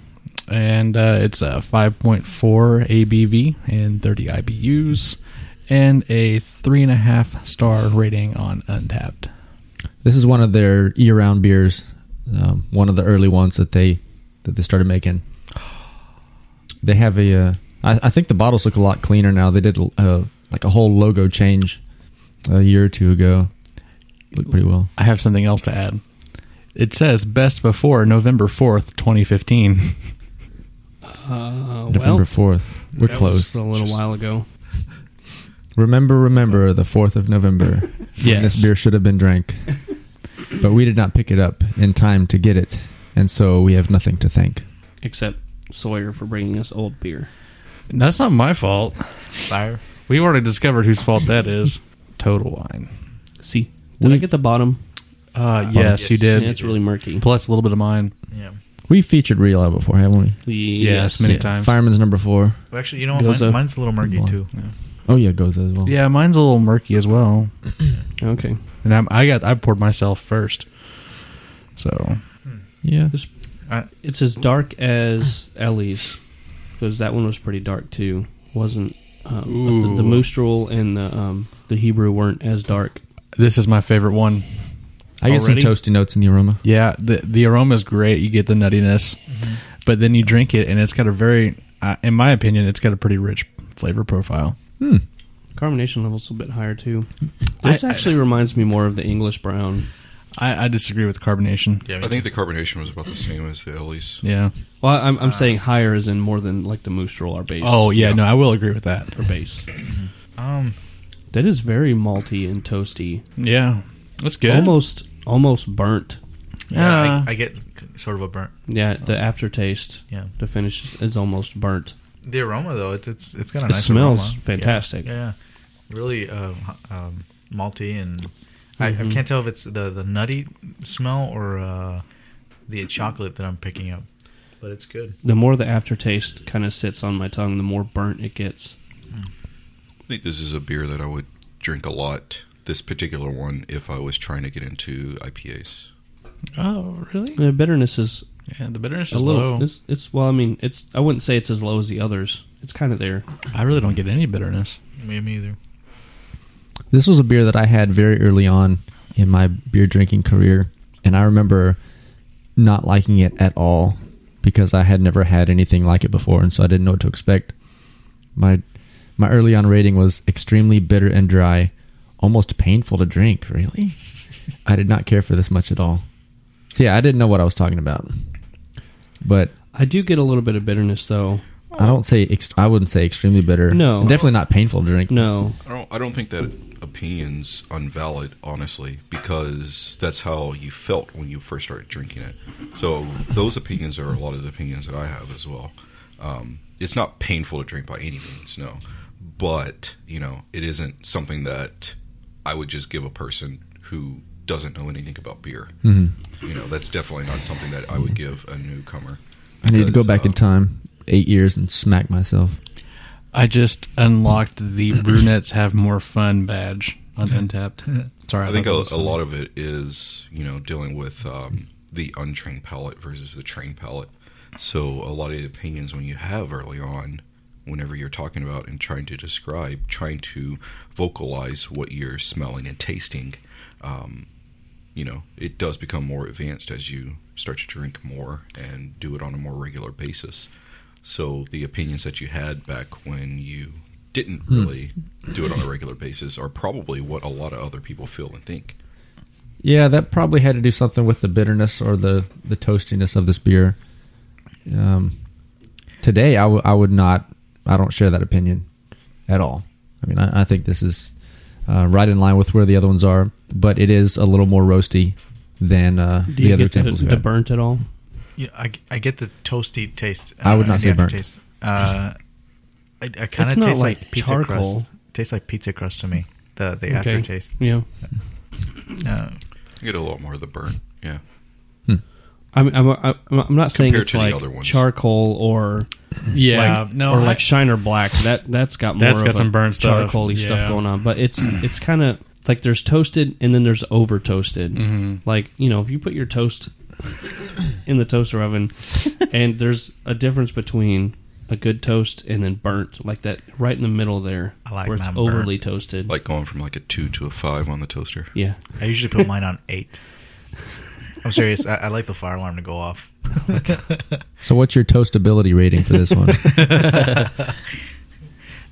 S8: and uh, it's a 5.4 ABV and 30 IBUs, and a three and a half star rating on Untapped.
S2: This is one of their year-round beers, um, one of the early ones that they that they started
S3: *sighs*
S2: making. They have a, uh, I, I think the bottles look a lot cleaner now. They did uh, like a whole logo change a year or two ago. Look pretty well.
S8: I have something else to add. It says best before November 4th, 2015. *laughs*
S3: Uh, well,
S2: November fourth. We're
S3: that was
S2: close.
S3: A little while ago.
S2: Remember, remember the fourth of
S3: *laughs*
S2: November. when
S8: yes.
S2: This beer should have been
S8: *laughs*
S2: drank, but we did not pick it up in time to get it, and so we have nothing to thank.
S3: Except Sawyer for bringing us old beer.
S8: That's not my fault. We've already discovered whose fault that is. *laughs* Total Wine.
S3: See, did I get the bottom?
S8: Uh, yes, you did.
S3: Yeah, it's really murky.
S8: Plus a little bit of mine.
S1: Yeah.
S2: We featured Real Ale before, haven't we?
S8: Yes, many times.
S2: Fireman's number four.
S1: Well, actually, you know what?
S3: Goza.
S1: Mine, mine's a little murky, too.
S2: Oh yeah, goes as well.
S8: Yeah, mine's a little murky as well.
S3: Okay.
S8: And I'm, I got I poured myself first. So
S2: yeah.
S3: It's as dark as Ellie's, because that one was pretty dark too. Wasn't um, but the, the
S8: Ooh.
S3: Moostrel and the um, the Hebrew weren't as dark.
S8: this is my favorite one.
S2: I get
S3: Already?
S2: some toasty notes in the aroma.
S8: Yeah, the the aroma is great. You get the nuttiness,
S4: Mm-hmm.
S8: but then you drink it, and it's got a very, uh, in my opinion, it's got a pretty rich flavor profile.
S3: Carbonation level's a bit higher too. This
S8: I- I-
S3: actually reminds me more of the English brown.
S8: I, I disagree with carbonation.
S1: Yeah,
S5: I think the carbonation was about the same as the Ellie's.
S8: Yeah.
S3: Well, I'm, I'm saying higher is in more than like the Moostrel or base.
S8: Oh yeah, no, I will agree with that.
S3: or base.
S1: Um,
S3: That is very malty and toasty,
S8: Yeah, that's good.
S3: almost almost burnt.
S1: yeah,
S8: Uh,
S1: I, I get sort of a burnt.
S3: Yeah, the aftertaste,
S1: Yeah.
S3: the finish is- is almost burnt.
S1: The aroma, though, it's it's, it's got a
S3: It
S1: nice
S3: smells
S1: aroma.
S3: fantastic.
S1: Yeah, yeah. really uh, um, malty and I, I can't tell if it's the, the nutty smell or uh, the chocolate that I'm picking up, but it's good.
S3: The more the aftertaste kind of sits on my tongue, the more burnt it gets.
S5: I think this is a beer that I would drink a lot. This particular one, if I was trying to get into IPAs,
S8: oh really?
S3: The bitterness is
S8: Yeah, the bitterness
S3: a
S8: is
S3: little.
S8: low.
S3: It's, it's well, I mean, it's. I wouldn't say it's as low as the others. It's kind of there.
S8: I really don't get any bitterness.
S1: Me, me either.
S2: This was a beer that I had very early on in my beer drinking career, and I remember not liking it at all because I had never had anything like it before, and so I didn't know what to expect. My my early on rating was extremely bitter and dry, almost painful to drink. Really, I did not care for this much at all. So yeah, I didn't know what I was talking about, but
S3: I do get a little bit of bitterness though.
S2: I don't say ex- I wouldn't say extremely bitter.
S3: No.
S2: And definitely not painful to drink.
S3: No,
S5: I don't. I don't think that opinion's unvalid, honestly, because that's how you felt when you first started drinking it. So those opinions are a lot of the opinions that I have as well. Um, it's not painful to drink by any means, no, but you know, it isn't something that I would just give a person who doesn't know anything about beer. You know, that's definitely not something that I would give a newcomer.
S2: I need to go
S5: Because,
S2: back
S5: uh,
S2: in time eight years and smack myself.
S8: I just unlocked the *clears throat* brunettes have more fun badge on Untapped. Sorry,
S5: I think
S8: thought
S5: a,
S8: that was
S5: a
S8: funny.
S5: lot of it is you know dealing with um, the untrained palate versus the trained palate. So a lot of the opinions when you have early on, whenever you're talking about and trying to describe, trying to vocalize what you're smelling and tasting, um, you know, it does become more advanced as you start to drink more and do it on a more regular basis. So the opinions that you had back when you didn't
S8: Hmm.
S5: really do it on a regular basis are probably what a lot of other people feel and think.
S2: Yeah, that probably had to do something with the bitterness or the the toastiness of this beer. Um, today, I, w- I would not. I don't share that opinion at all. I mean, I, I think this is uh, right in line with where the other ones are, but it is a little more roasty than uh,
S3: do
S2: the
S3: you
S2: other
S3: get the,
S2: examples. we
S3: the
S2: had.
S3: burnt at all?
S1: Yeah, I, I get the toasty taste.
S2: I would
S1: uh,
S2: not
S1: and
S2: say
S1: the
S2: burnt.
S1: aftertaste. Uh, I, I kind
S3: It's
S1: of
S3: not
S1: taste like,
S3: like
S1: pizza
S3: charcoal.
S1: crust. Tastes like pizza crust to me. The the aftertaste.
S3: Yeah,
S1: Uh,
S5: You get a lot more of the burn, yeah.
S3: I'm. I'm. I'm, I'm not saying
S5: Compared
S3: it's
S5: to the
S3: like
S5: other ones.
S3: charcoal or
S8: yeah,
S3: like,
S8: no,
S3: or
S8: I-
S3: like Shiner Black. That that's got more
S8: That's
S3: of
S8: got
S3: a
S8: some burn stuff.
S3: charcoaly
S8: Yeah.
S3: stuff going on. But it's *clears throat* it's kind of like there's toasted and then there's over toasted.
S8: Mm-hmm.
S3: Like you know, if you put your toast in the toaster oven, and there's a difference between a good toast and then burnt, like that right in the middle there,
S1: I like
S3: where it's
S1: mine burnt.
S3: overly toasted.
S5: Like going from like a two to a five on the toaster.
S3: yeah, *laughs*
S1: I usually put mine on eight. I'm serious. I, I like the fire alarm to go off. Oh *laughs*
S2: So, what's your toastability rating for this
S3: *laughs*
S2: one?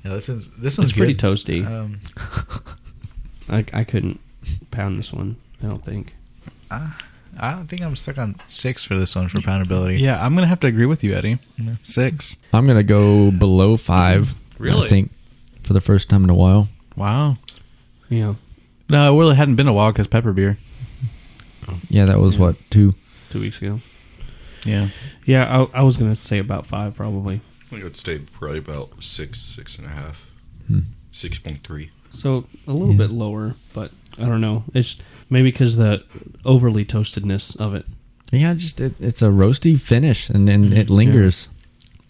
S1: No, this is this one's
S3: it's pretty
S1: good.
S3: toasty.
S1: Um,
S3: I I couldn't pound this one. I don't think.
S1: I don't think I'm stuck on six for this one for poundability.
S8: Yeah, I'm gonna have to agree with you, Eddie. Six.
S2: I'm gonna go below five.
S8: Really?
S2: I think for the first time in a while.
S8: Wow.
S3: Yeah,
S8: No, it really hadn't been a while because pepper beer.
S2: Yeah, that was what two.
S3: two weeks ago.
S8: Yeah.
S3: Yeah, I, I was gonna say about five probably.
S5: I think it would stay right about six, six and a half,
S1: Hmm.
S5: six point three.
S3: So a little bit lower, but I don't know. It's maybe because the overly toastedness of it.
S2: Yeah, just it, it's a roasty finish, and then it lingers.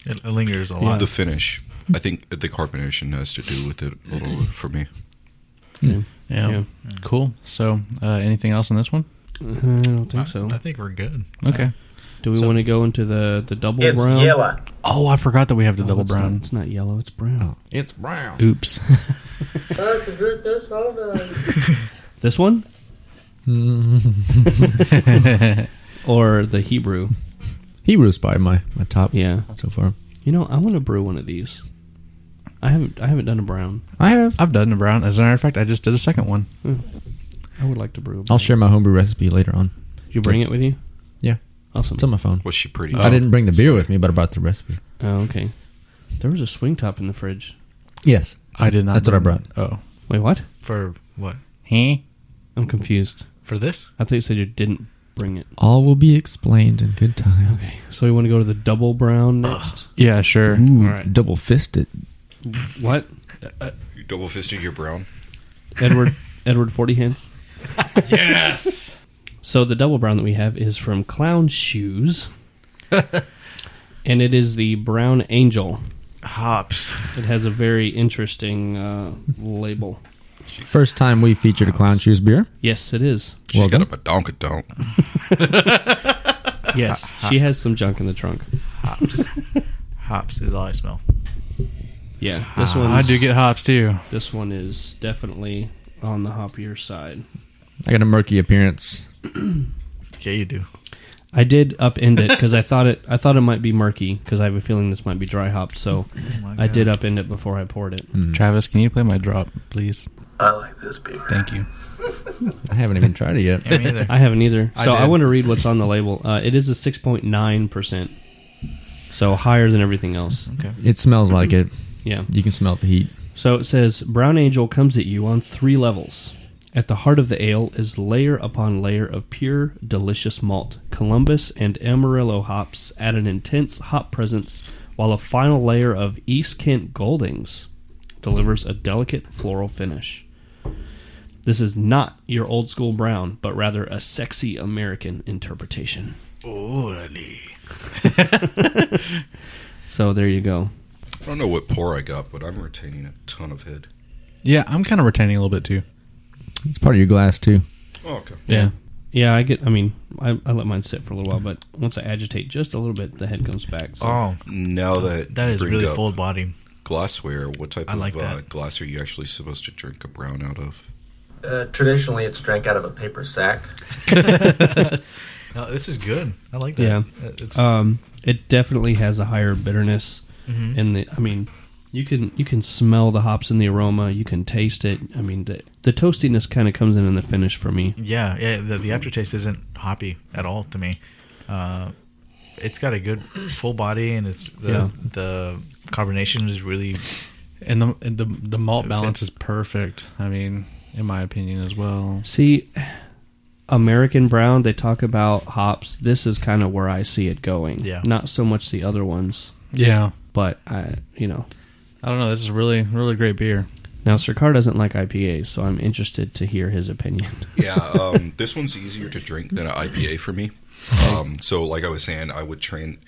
S1: It, it lingers a lot.
S5: The finish, I think the carbonation has to do with it a little for me.
S8: Yeah.
S3: Yeah.
S8: Cool. So, uh, anything else on this one?
S3: Uh, I don't think so.
S1: I think we're good.
S8: Okay.
S3: Do we want to go into the the double
S7: It's
S3: brown?
S7: yellow.
S8: Oh, I forgot that we have the
S3: Oh,
S8: double
S3: it's
S8: brown. Oh,
S3: Not, it's not yellow. It's brown.
S2: It's brown.
S8: Oops.
S3: *laughs*
S8: *laughs*
S3: This
S8: *laughs*
S3: one or the Hebrew?
S2: Hebrew's probably my my top.
S3: Yeah.
S2: so far
S3: You know, I want to brew one of these. I haven't I haven't done a brown.
S2: I have.
S8: I've done the brown. As a matter of fact, I just did a second one.
S3: I would like to brew. a
S2: I'll
S3: brown.
S2: share my homebrew recipe later on.
S3: Did you bring it with you?
S2: Yeah.
S3: Awesome.
S2: It's on my phone.
S5: Was she pretty?
S2: I didn't bring the beer with me, but I brought the recipe.
S3: Oh, okay. There was a swing top in the fridge.
S2: Yes,
S8: I did not.
S2: That's what I
S8: bring- Oh.
S3: Wait, what?
S1: For what?
S8: Huh?
S3: I'm confused.
S1: For this?
S3: I thought you said you didn't bring it.
S2: all will be explained in good time.
S3: Okay, so we want to go to the double brown next.
S8: Yeah, sure.
S2: Ooh,
S3: All right.
S2: double fisted.
S3: What?
S5: You double fisted your brown.
S1: *laughs*
S3: Edward Edward Forty Hands. yes. So the double brown that we have is from
S1: *laughs*
S3: Clown Shoes, and it is the Brown Angel.
S1: Hops.
S3: It has a very interesting uh, label.
S2: First time we featured a clown shoes beer.
S3: Yes, it is.
S5: She's
S2: Well
S5: got
S2: done.
S5: a badonka donk.
S3: *laughs* Yes, she has some junk in the trunk.
S1: Hops. hops is all I smell.
S3: Yeah, this one.
S8: I do get hops too.
S3: This one is definitely on the hoppier side.
S2: I got a murky appearance.
S1: Yeah, you do.
S3: I did upend it because I thought it. I thought it might be murky because I have a feeling this might be dry hopped. So I did upend it before I poured
S8: Hmm.
S3: it.
S8: Travis, can you play my drop, please?
S7: I like this beer.
S8: Thank you.
S2: I haven't even tried it
S3: *laughs*
S2: yet.
S1: Yeah, me either.
S3: I haven't either.
S8: I
S3: So I,
S8: did.
S3: want to read what's on the label. Uh, it is a six point nine percent, so higher than everything else.
S2: It smells like it.
S3: Yeah.
S2: You can smell the heat.
S3: So it says Brown Angel comes at you on three levels. At the heart of the ale is layer upon layer of pure, delicious malt, Columbus and Amarillo hops add an intense hop presence, while a final layer of East Kent Goldings delivers a delicate floral finish. This is not your old school brown, but rather a sexy American interpretation.
S1: Orally.
S3: *laughs* So there you go.
S5: I don't know what pour I got, but I'm retaining a ton of head.
S8: Yeah, I'm kind of retaining a little bit too.
S2: It's part of your glass too.
S5: Oh, okay.
S8: Yeah.
S3: Yeah, I get. I mean, I, I let mine sit for a little while, but once I agitate just a little bit, the head comes back. So.
S1: Oh,
S5: Now that
S1: that
S5: you
S1: is
S5: bring
S1: really
S5: up
S1: full body.
S5: glassware, what type
S1: I
S5: of
S1: like
S5: uh,
S1: that.
S5: glass are you actually supposed to drink a brown out of?
S7: Uh, traditionally, it's drank out of a paper sack.
S1: No, this is good. I like that.
S3: *laughs*
S1: *laughs*
S3: Yeah.
S1: Uh, It's,
S3: Um, it definitely has a higher bitterness, and the I mean, you can you can smell the hops in the aroma. You can taste it. I mean, the, the toastiness kind of comes in in the finish for me.
S1: yeah, yeah. The, the aftertaste isn't hoppy at all to me. Uh, it's got a good full body, and it's the
S3: Yeah.
S1: the carbonation is really
S8: And the and the the malt balance is perfect. I mean, in my opinion as well.
S3: See, American Brown, they talk about hops. This is kind of where I see it going.
S1: Yeah.
S3: Not so much the other ones,
S8: Yeah.
S3: but I you know
S8: I don't know. This is really really great *laughs* beer.
S3: now Sarkar doesn't like IPAs, so I'm interested to hear his opinion.
S5: Yeah, um, this one's easier to drink than an IPA for me. Um, so, like I was saying, I would train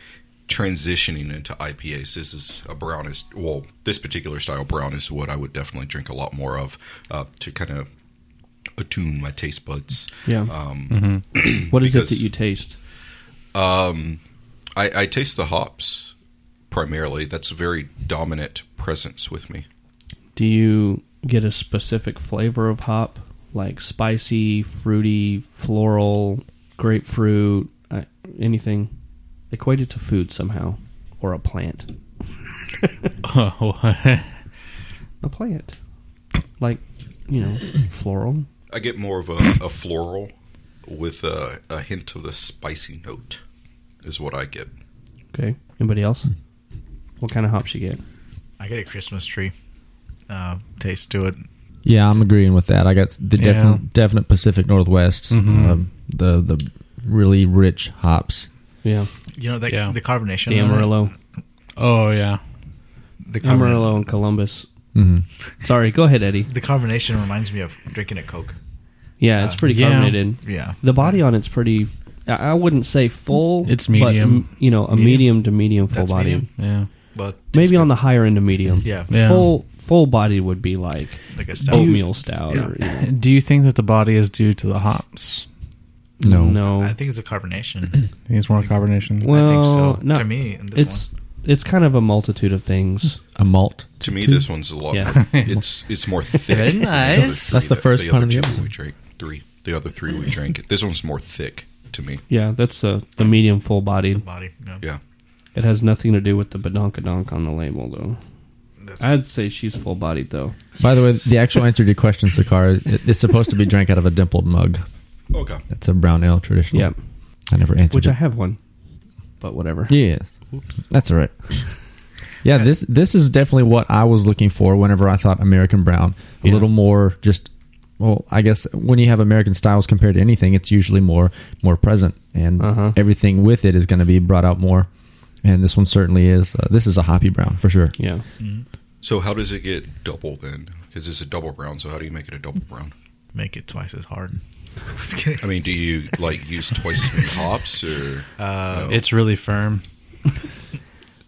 S5: transitioning into IPAs. This is a brown is well, this particular style brown is what I would definitely drink a lot more of uh, to kind of attune my taste buds.
S3: Yeah.
S5: Um,
S3: What is it
S5: Because-
S3: that you taste?
S5: Um, I, I taste the hops primarily. That's a very dominant presence with me.
S3: Do you get a specific flavor of hop, like spicy, fruity, floral, grapefruit, uh, anything? Equate it to food somehow, or a plant.
S8: Oh,
S3: A plant, like you know, floral.
S5: I get more of a, a floral with a, a hint of the spicy note, is what I get.
S3: Okay. Anybody else? What kind of hops you get?
S1: I get a Christmas tree uh, taste to it.
S2: Yeah, I'm agreeing with that. I got the
S8: Yeah.
S2: definite, definite Pacific Northwest.
S3: Mm-hmm.
S2: Um, the the really rich hops.
S3: Yeah,
S1: You know, that,
S8: Yeah.
S1: the carbonation.
S3: the
S1: on it,
S3: Amarillo,
S8: Oh yeah.
S1: The, carbon-
S3: Amarillo, and Columbus.
S2: Mhm.
S3: Sorry, go ahead, Eddie.
S1: the carbonation reminds me of drinking a Coke.
S3: Yeah, it's pretty
S8: Yeah.
S3: carbonated.
S1: Yeah.
S3: The body on it's pretty. I I wouldn't say full.
S8: It's
S3: but,
S8: medium.
S3: m- you know, a medium, to medium full
S1: That's
S3: body.
S1: medium?
S8: Yeah.
S1: Well,
S3: Maybe on the higher end of medium.
S1: yeah,
S8: Yeah.
S3: Full full body would be like
S1: like a stout.
S3: oatmeal stout. Or, you know,
S8: Do you think that the body is due to the hops?
S2: No,
S3: no.
S1: I think it's a
S3: *clears throat*
S1: carbonation.
S8: I think it's more carbonation.
S3: well,
S1: so,
S3: no.
S1: to me, in this
S3: it's it's kind of a multitude of things.
S2: a malt.
S5: To me,
S2: Two?
S5: this one's a lot.
S3: Yeah.
S2: *laughs*
S5: More, it's it's more thick.
S8: Very
S5: than the
S8: nice.
S5: other three
S2: That's the
S5: that-
S2: first
S5: the
S2: pun
S5: other
S2: of the
S5: two
S2: episode.
S5: We drank three. The other three we
S2: *laughs*
S5: drank. This one's more thick to me.
S3: Yeah, that's the the medium full body.
S1: body. Yeah.
S5: Yeah.
S3: It has nothing to do with the badonkadonk on the label though.
S1: That's-
S3: I'd say she's full bodied though.
S2: By the way, the actual answer to your question, Sakar, it, it's supposed to be drank out of a dimpled mug.
S5: Okay.
S2: That's a brown ale traditional.
S3: Yeah,
S2: I never answered.
S3: which
S2: it.
S3: I have one, but whatever.
S2: Yes. That's all right. Yeah, this this is definitely what I was looking for whenever I thought American Brown. A
S3: Yeah.
S2: little more just well, I guess when you have American styles compared to anything, it's usually more more present and
S3: Uh-huh.
S2: everything with it is going to be brought out more. And this one certainly is. Uh, this is a hoppy brown for sure.
S3: Yeah.
S5: So how does it get double then? Because it's a double brown. So how do you make it a double brown?
S1: Make it twice as hard. Just kidding.
S5: I mean, do you like use twice as many hops or? Uh,
S8: It's really firm.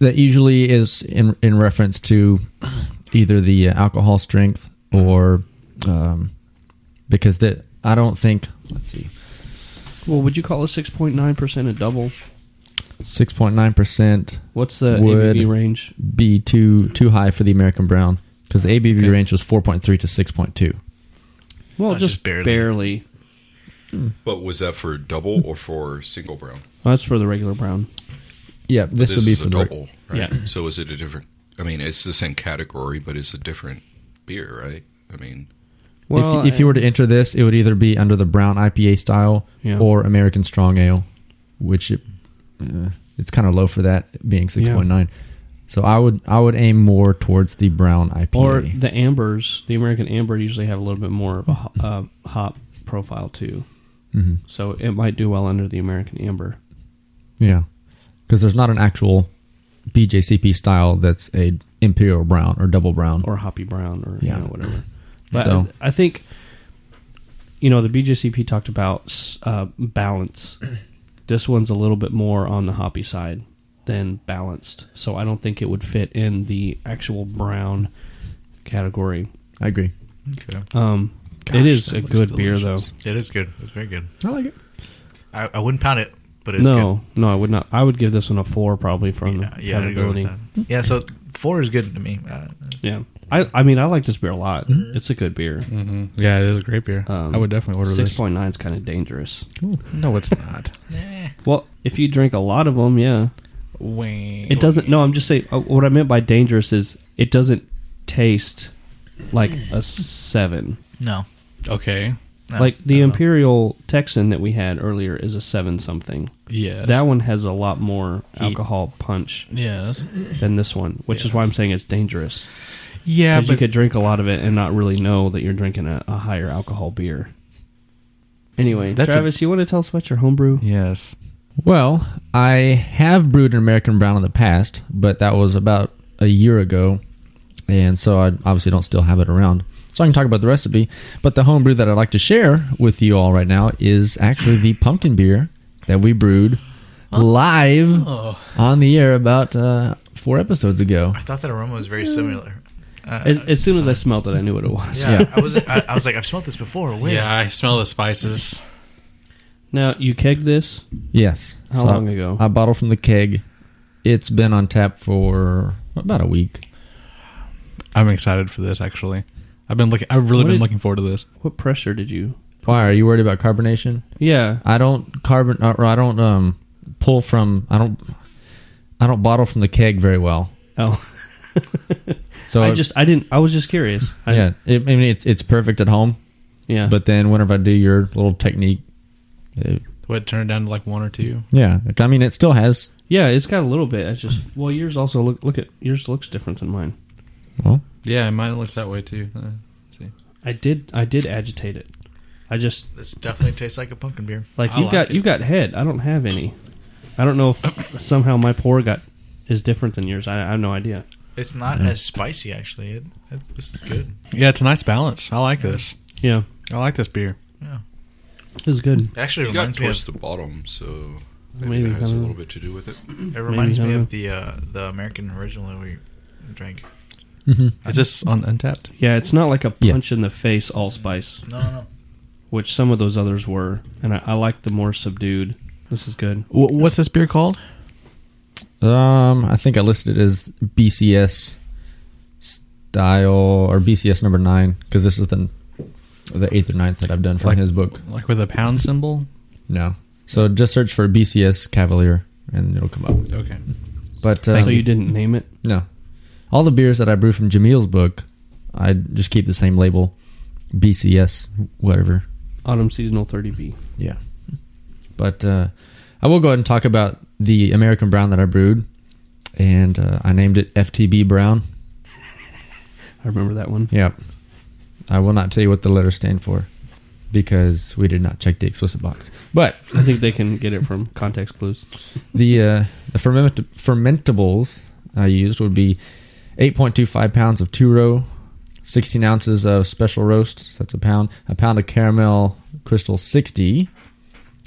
S2: That usually is in in reference to either the uh, alcohol strength or um, because that I don't think let's see
S3: Well, would you call a six point nine percent a double?
S2: six point nine percent
S3: What's the
S2: Would-
S3: ABV range?
S2: be too too high for the American Brown because the ABV
S3: Okay.
S2: range was 4.3 to 6.2.
S3: Well,
S1: Oh,
S3: Uh, just,
S1: just
S3: barely.
S1: barely.
S5: But was that for double or for single brown?
S3: Well, that's for the regular brown.
S2: Yeah, this, would be
S5: is
S2: for
S5: a
S2: the
S5: double, right?
S3: Yeah.
S5: So is it a different? I mean, it's the same category, but it's a different beer, right? I mean,
S3: Well,
S2: if, if you were to enter this, it would either be under the brown IPA style
S3: Yeah.
S2: or American Strong Ale, which it, uh, it's kind of low for that being six point nine. So I would I would aim more towards the brown IPA.
S3: uh, or the ambers, the American amber usually have a little bit more of a ho- uh, hop profile too.
S2: Mhm.
S3: So it might do well under the American amber.
S2: yeah, because there's not an actual BJCP style that's a imperial brown or double brown.
S3: or hoppy brown or
S2: Yeah.
S3: you
S2: *clears throat*
S3: know, whatever. But
S2: So-
S3: I think you know the BJCP talked about uh, balance. This one's a little bit more on the hoppy side than balanced, so I don't think it would fit in the actual brown category.
S2: I agree.
S1: Okay.
S3: Um,
S8: Gosh,
S3: it is
S8: that
S3: a
S8: looks
S3: good beer, though.
S8: delicious.
S1: It is good. It's very good.
S2: I like it.
S1: I, I wouldn't pound it, but it's good.
S3: no, no, I would not. I would give this one a four probably from
S1: Yeah,
S3: the
S1: yeah, I'd agree with
S3: compatibility.
S1: that. yeah. So four is good to me. Uh,
S3: Yeah, I, I mean, I like this beer a lot. It's a good beer.
S4: Mm-hmm. Yeah, it is a great beer.
S3: Um,
S4: I would definitely order
S3: Six
S4: this.
S3: point nine is kind of dangerous.
S4: No, it's not.
S1: eh.
S3: Well, if you drink a lot of them, yeah.
S8: Wayne.
S3: It doesn't. No, I'm just saying. Uh, what I meant by dangerous is it doesn't taste like a seven.
S1: No.
S8: Okay.
S1: No,
S3: like the
S1: no, no.
S3: Imperial Texan that we had earlier is a seven something.
S8: Yes.
S3: That one has a lot more alcohol punch
S8: Yes.
S3: than this one, which is why I'm saying it's dangerous.
S8: Yeah,
S3: 'Cause
S8: but
S3: you could drink a lot of it and not really know that you're drinking a, a higher alcohol beer. Anyway,
S8: That's a-
S3: Travis, you want to tell us about your homebrew?
S8: yes.
S2: Well, I have brewed an American Brown in the past, but that was about a year ago, and so I obviously don't still have it around. So I can talk about the recipe, but the home brew that I'd like to share with you all right now is actually the pumpkin beer that we brewed live
S3: Oh.
S2: on the air about uh, four episodes ago.
S1: I thought that aroma was very similar. Uh,
S3: As, as soon as I smelled it, I knew what it was.
S1: yeah,
S2: yeah.
S1: I was. I, I was like, I've smelled this before. Where?
S8: Yeah, I smell the spices.
S3: *laughs* Now you kegged this.
S2: Yes.
S3: How
S2: I-
S3: long ago?
S2: I bottled from the keg. It's been on tap for about a week.
S4: I'm excited for this. Actually, I've been looking. I've really
S3: What
S4: been
S3: did-
S4: looking forward to this.
S3: What pressure did you?
S2: Why are you worried about carbonation?
S3: Yeah,
S2: I don't carbon or I don't um pull from I don't I don't bottle from the keg very well.
S3: Oh,
S2: So
S3: *laughs* I
S2: it-
S3: just I didn't. I was just curious. I,
S2: yeah, it, I mean it's it's perfect at home,
S3: yeah.
S2: but then whenever I do your little technique, it,
S8: What turn it down to like one or two?
S2: yeah, I mean it still has.
S3: yeah, it's got a little bit. It's just well, yours also look look at yours looks different than mine.
S2: Well,
S4: Yeah, mine looks that way too. Uh,
S3: I did I did agitate it. I just
S1: This definitely tastes like a pumpkin beer.
S3: like
S8: I
S3: you have got
S8: like it.
S3: you got head. I don't have any. I don't know if somehow my pour got is different than yours. I, I have no idea.
S1: It's not as spicy actually. It, it, this is good.
S4: yeah, it's a nice balance. I like this.
S3: Yeah,
S4: I like this beer.
S3: it was good.
S1: It actually
S5: you got
S1: reminds me
S5: towards
S1: of.
S5: the bottom, so maybe,
S3: Maybe,
S5: that has
S3: I
S5: a
S3: don't
S5: little
S3: know.
S5: bit to do with it.
S1: It reminds
S3: maybe,
S1: me
S3: I
S1: of the uh, the American original that we drank.
S3: Mm-hmm.
S4: Is this on Untapped?
S3: Yeah, it's not like a
S2: Yeah.
S3: punch in the face allspice,
S1: No, no, no.
S3: which some of those others were, and I, I like the more subdued. This is good.
S4: Wh- What's this beer called?
S2: um, I think I listed it as BCS style or BCS number nine because this is the the eighth or ninth that I've done from
S4: Like-
S2: his book.
S4: Like with a pound symbol?
S2: No, so just search for BCS Cavalier and it'll come up.
S4: Okay.
S2: But uh,
S3: so you didn't name it.
S2: No. All the beers that I brew from Jamil's book, I just keep the same label, BCS, whatever.
S3: Autumn seasonal thirty B.
S2: Yeah. But uh, I will go ahead and talk about the American Brown that I brewed, and uh, I named it FTB Brown.
S3: I remember that one.
S2: Yep. I will not tell you what the letters stand for because we did not check the explicit box. But
S3: I think they can get it from context clues.
S2: the uh, the ferment- fermentables I used would be 8.25 pounds of two row, 16 ounces of special roast, so that's a pound, a pound of caramel crystal 60,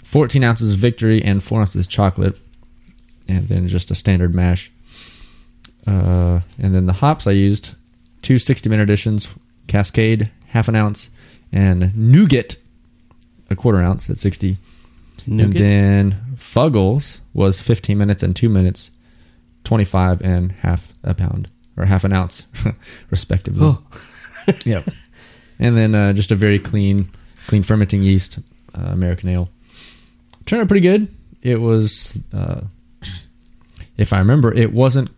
S2: 14 ounces of victory, and 4 ounces chocolate, and then just a standard mash. Uh, and then the hops I used two 60 minute additions, Cascade, half an ounce, and Nougat, a quarter ounce at 60.
S3: Nougat?
S2: And then Fuggles was 15 minutes and 2 minutes, 25 *laughs* and half a pound or half an ounce, respectively.
S3: Oh.
S2: *laughs* yep. and then uh, just a very clean, clean fermenting yeast uh, American ale. Turned out pretty good. It was, uh, if I remember, it wasn't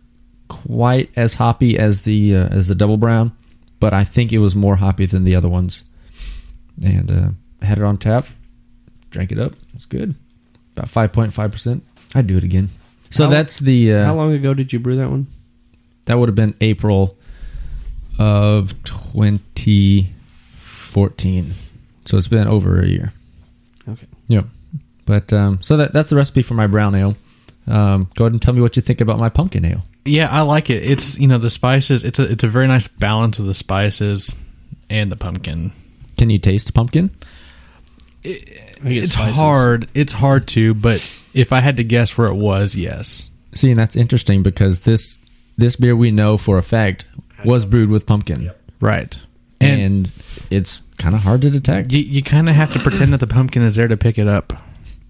S2: quite as hoppy as the uh, as the double brown, but I think it was more hoppy than the other ones. And uh, I had it on tap, drank it up. It's good. About five point five percent. I'd do it again. So
S3: How-
S2: that's the uh,
S3: How long ago did you brew that one?
S2: that would have been April of 2014. So it's been over a year.
S3: Okay.
S2: Yep. But um, so that that's the recipe for my brown ale. Um, go ahead and tell me what you think about my pumpkin ale.
S8: Yeah, I like it. It's you know the spices. It's a it's a very nice balance of the spices and the pumpkin.
S2: Can you taste pumpkin?
S8: It's hard. It's hard to, but if I had to guess where it was, yes.
S2: See, and that's interesting because this this beer we know for a fact was brewed with pumpkin,
S8: Right.
S2: and,
S8: And,
S2: it's kind of hard to detect.
S8: you, you kind of have to pretend that the pumpkin is there to pick it up.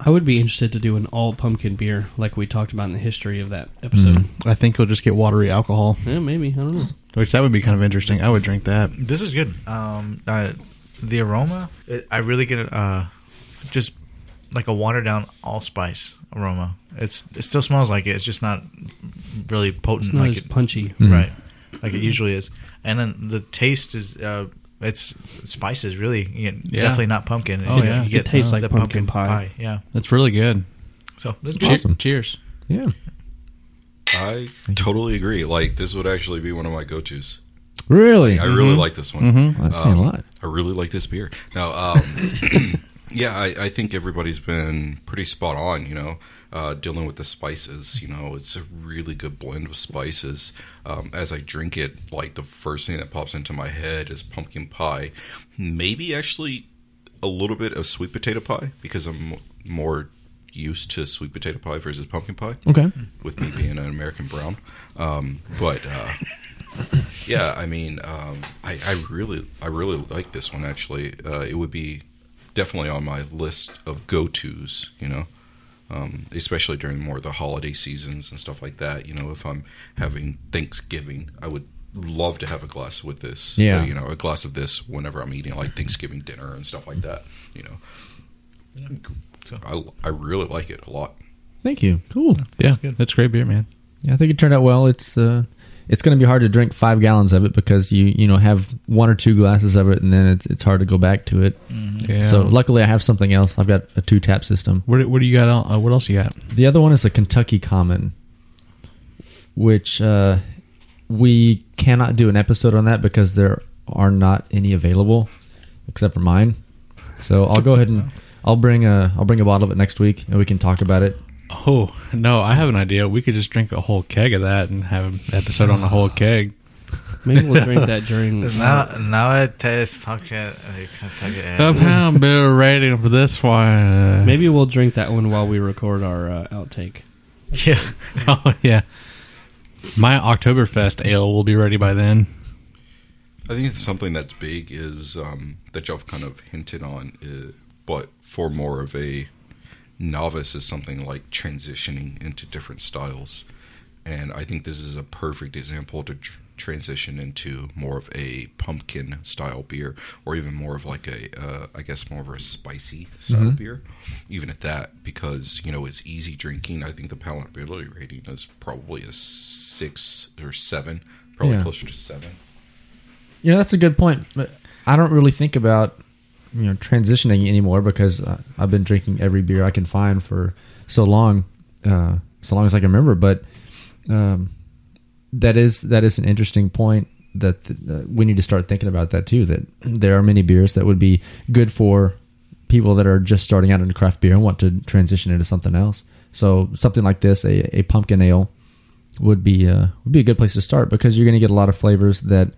S3: I would be interested to do an all pumpkin beer like we talked about in the history of that episode.
S2: Mm.
S10: I think you'll just get watery alcohol,
S3: Yeah, maybe. I don't know.
S10: which that would be kind of interesting. I would drink that.
S1: This is good. Um, uh, the aroma, it, I really get uh, just like a watered down allspice aroma. It's it still smells like it. It's just not really potent
S3: It's not
S1: like
S3: as
S1: it,
S3: punchy.
S2: Mm.
S1: right, like it usually is. And then the taste is uh, it's spices really you get-
S8: Yeah.
S1: definitely not pumpkin.
S8: Oh, yeah. It
S3: tastes like pumpkin pie.
S1: Yeah,
S8: That's really good.
S1: so that's good.
S2: Awesome.
S8: Cheers.
S2: Yeah,
S5: I totally agree. Like this would actually be one of my go-to's.
S2: really.
S5: I
S8: Mm-hmm.
S5: really like Um, this one.
S2: Well, that's saying a lot.
S5: I really like this beer. No, um, *coughs* yeah, I, I think everybody's been pretty spot on. You know, uh, dealing with the spices. You know, it's a really good blend of spices. Um, as I drink it, like the first thing that pops into my head is pumpkin pie. Maybe actually a little bit of sweet potato pie because I'm m- more used to sweet potato pie versus pumpkin pie
S2: Okay.
S5: with me being an American brown. Um, but uh, yeah, I mean, um, I, I really, I really like this one. Actually, uh, it would be definitely on my list of go tos. You know, um, especially during more the holiday seasons and stuff like that. You know, if I'm having Thanksgiving, I would love to have a glass with this.
S2: Yeah.
S5: you know, a glass of this whenever I'm eating like Thanksgiving dinner and stuff like that. You know. I, I really like it a lot.
S2: Thank you. Cool.
S8: Yeah, that's great beer, man.
S2: Yeah, I think it turned out well. It's uh, it's going to be hard to drink five gallons of it because you you know have one or two glasses of it and then it's it's hard to go back to it.
S8: Mm-hmm. Yeah.
S2: So luckily, I have something else. I've got a two tap system.
S8: what, do- what do you got? On, uh, what else you got?
S2: The other one is a Kentucky Common, which uh, we cannot do an episode on that because there are not any available except for mine. So I'll go ahead and I'll bring a I'll bring a bottle of it next week and we can talk about it.
S8: Oh no, I have an idea. We could just drink a whole keg of that and have an episode on a whole keg.
S3: Maybe we'll drink that during.
S1: Now, now it tastes pumpkin. I can't take it.
S8: A pound beer rating for this one.
S3: maybe we'll drink that one while we record our uh, outtake.
S1: Yeah,
S8: *laughs* Oh yeah. My Oktoberfest ale will be ready by then.
S5: I think something that's big is um, that y'all have kind of hinted on, uh, but for more of a novice is something like transitioning into different styles, and I think this is a perfect example to tr- transition into more of a pumpkin style beer, or even more of like a, uh, I guess more of a spicy style beer, even at that, because you know it's easy drinking. I think the palatability rating is probably a six or seven, probably
S2: Yeah.
S5: closer to seven.
S2: You know, that's a good point. But I don't really think about you know transitioning anymore because uh, I've been drinking every beer I can find for so long, uh, so long as I can remember. But um, that is that is an interesting point that uh, we need to start thinking about that too. That there are many beers that would be good for people that are just starting out in craft beer and want to transition into something else. So something like this, a, a pumpkin ale, would be uh, would be a good place to start because you're going to get a lot of flavors that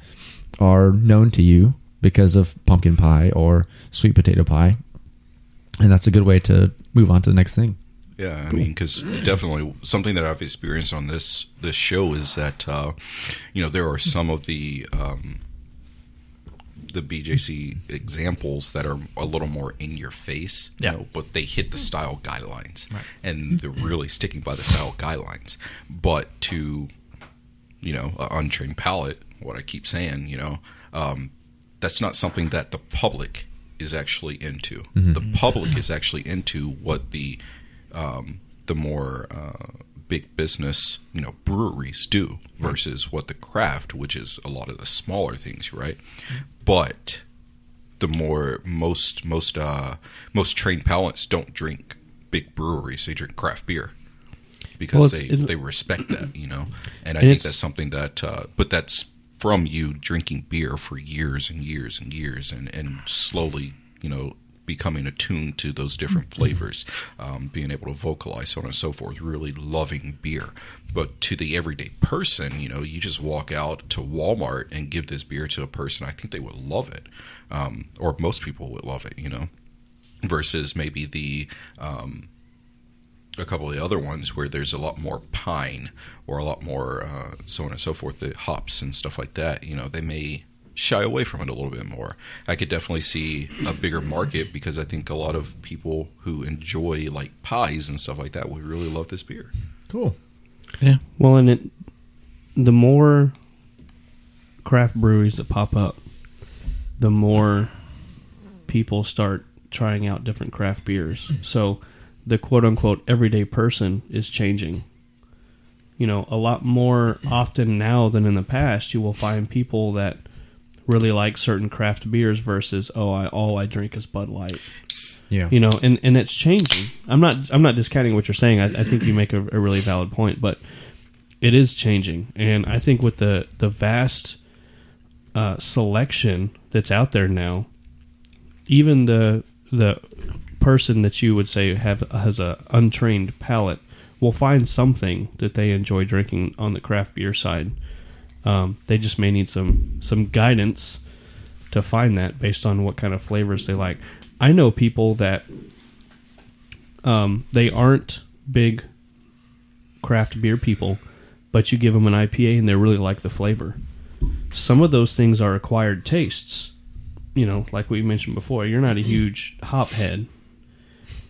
S2: are known to you because of pumpkin pie or sweet potato pie, and that's a good way to move on to the next thing.
S5: Yeah, I mean, because definitely something that I've experienced on this this show is that uh, you know there are some of the um, the BJC examples that are a little more in your face,
S1: Yeah.
S5: you know, but they hit the style guidelines, and they're really sticking by the style guidelines. But to you know, an untrained palate, what I keep saying, you know, um, that's not something that the public is actually into.
S3: Mm-hmm.
S5: The public is actually into what the um, the more uh, big business, you know, breweries do versus what the craft, which is a lot of the smaller things, right? But the more most most uh, most trained palates don't drink big breweries; they drink craft beer because
S3: Well, it's-
S5: they
S3: it-
S5: they respect that, you know. And
S3: And
S5: I think
S3: it's-
S5: that's something that, uh, but that's from you drinking beer for years and years and years, and and slowly, you know. Becoming attuned to those different flavors, um, being able to vocalize, so on and so forth, really loving beer. But to the everyday person, you know, you just walk out to Walmart and give this beer to a person, I think they would love it, um, or most people would love it, you know versus maybe the um, a couple of the other ones where there's a lot more pine or a lot more uh, so on and so forth, the hops and stuff like that. You know, they may shy away from it a little bit more. I could definitely see a bigger market because I think a lot of people who enjoy like pies and stuff like that would really love this beer.
S2: Cool.
S3: Well, and it, the more craft breweries that pop up, the more people start trying out different craft beers. So the quote unquote everyday person is changing. You know, a lot more often now than in the past, you will find people that really like certain craft beers versus oh I all I drink is Bud Light
S2: Yeah.
S3: you know and and it's changing i'm not i'm not discounting what you're saying i, I think you make a, a really valid point but it is changing and i think with the the vast uh, selection that's out there now even the the person that you would say have has a untrained palate will find something that they enjoy drinking on the craft beer side um, they just may need some some guidance to find that based on what kind of flavors they like. I know people that um, they aren't big craft beer people, but you give them an IPA and they really like the flavor. Some of those things are acquired tastes. You know, like we mentioned before, you're not a huge hop head.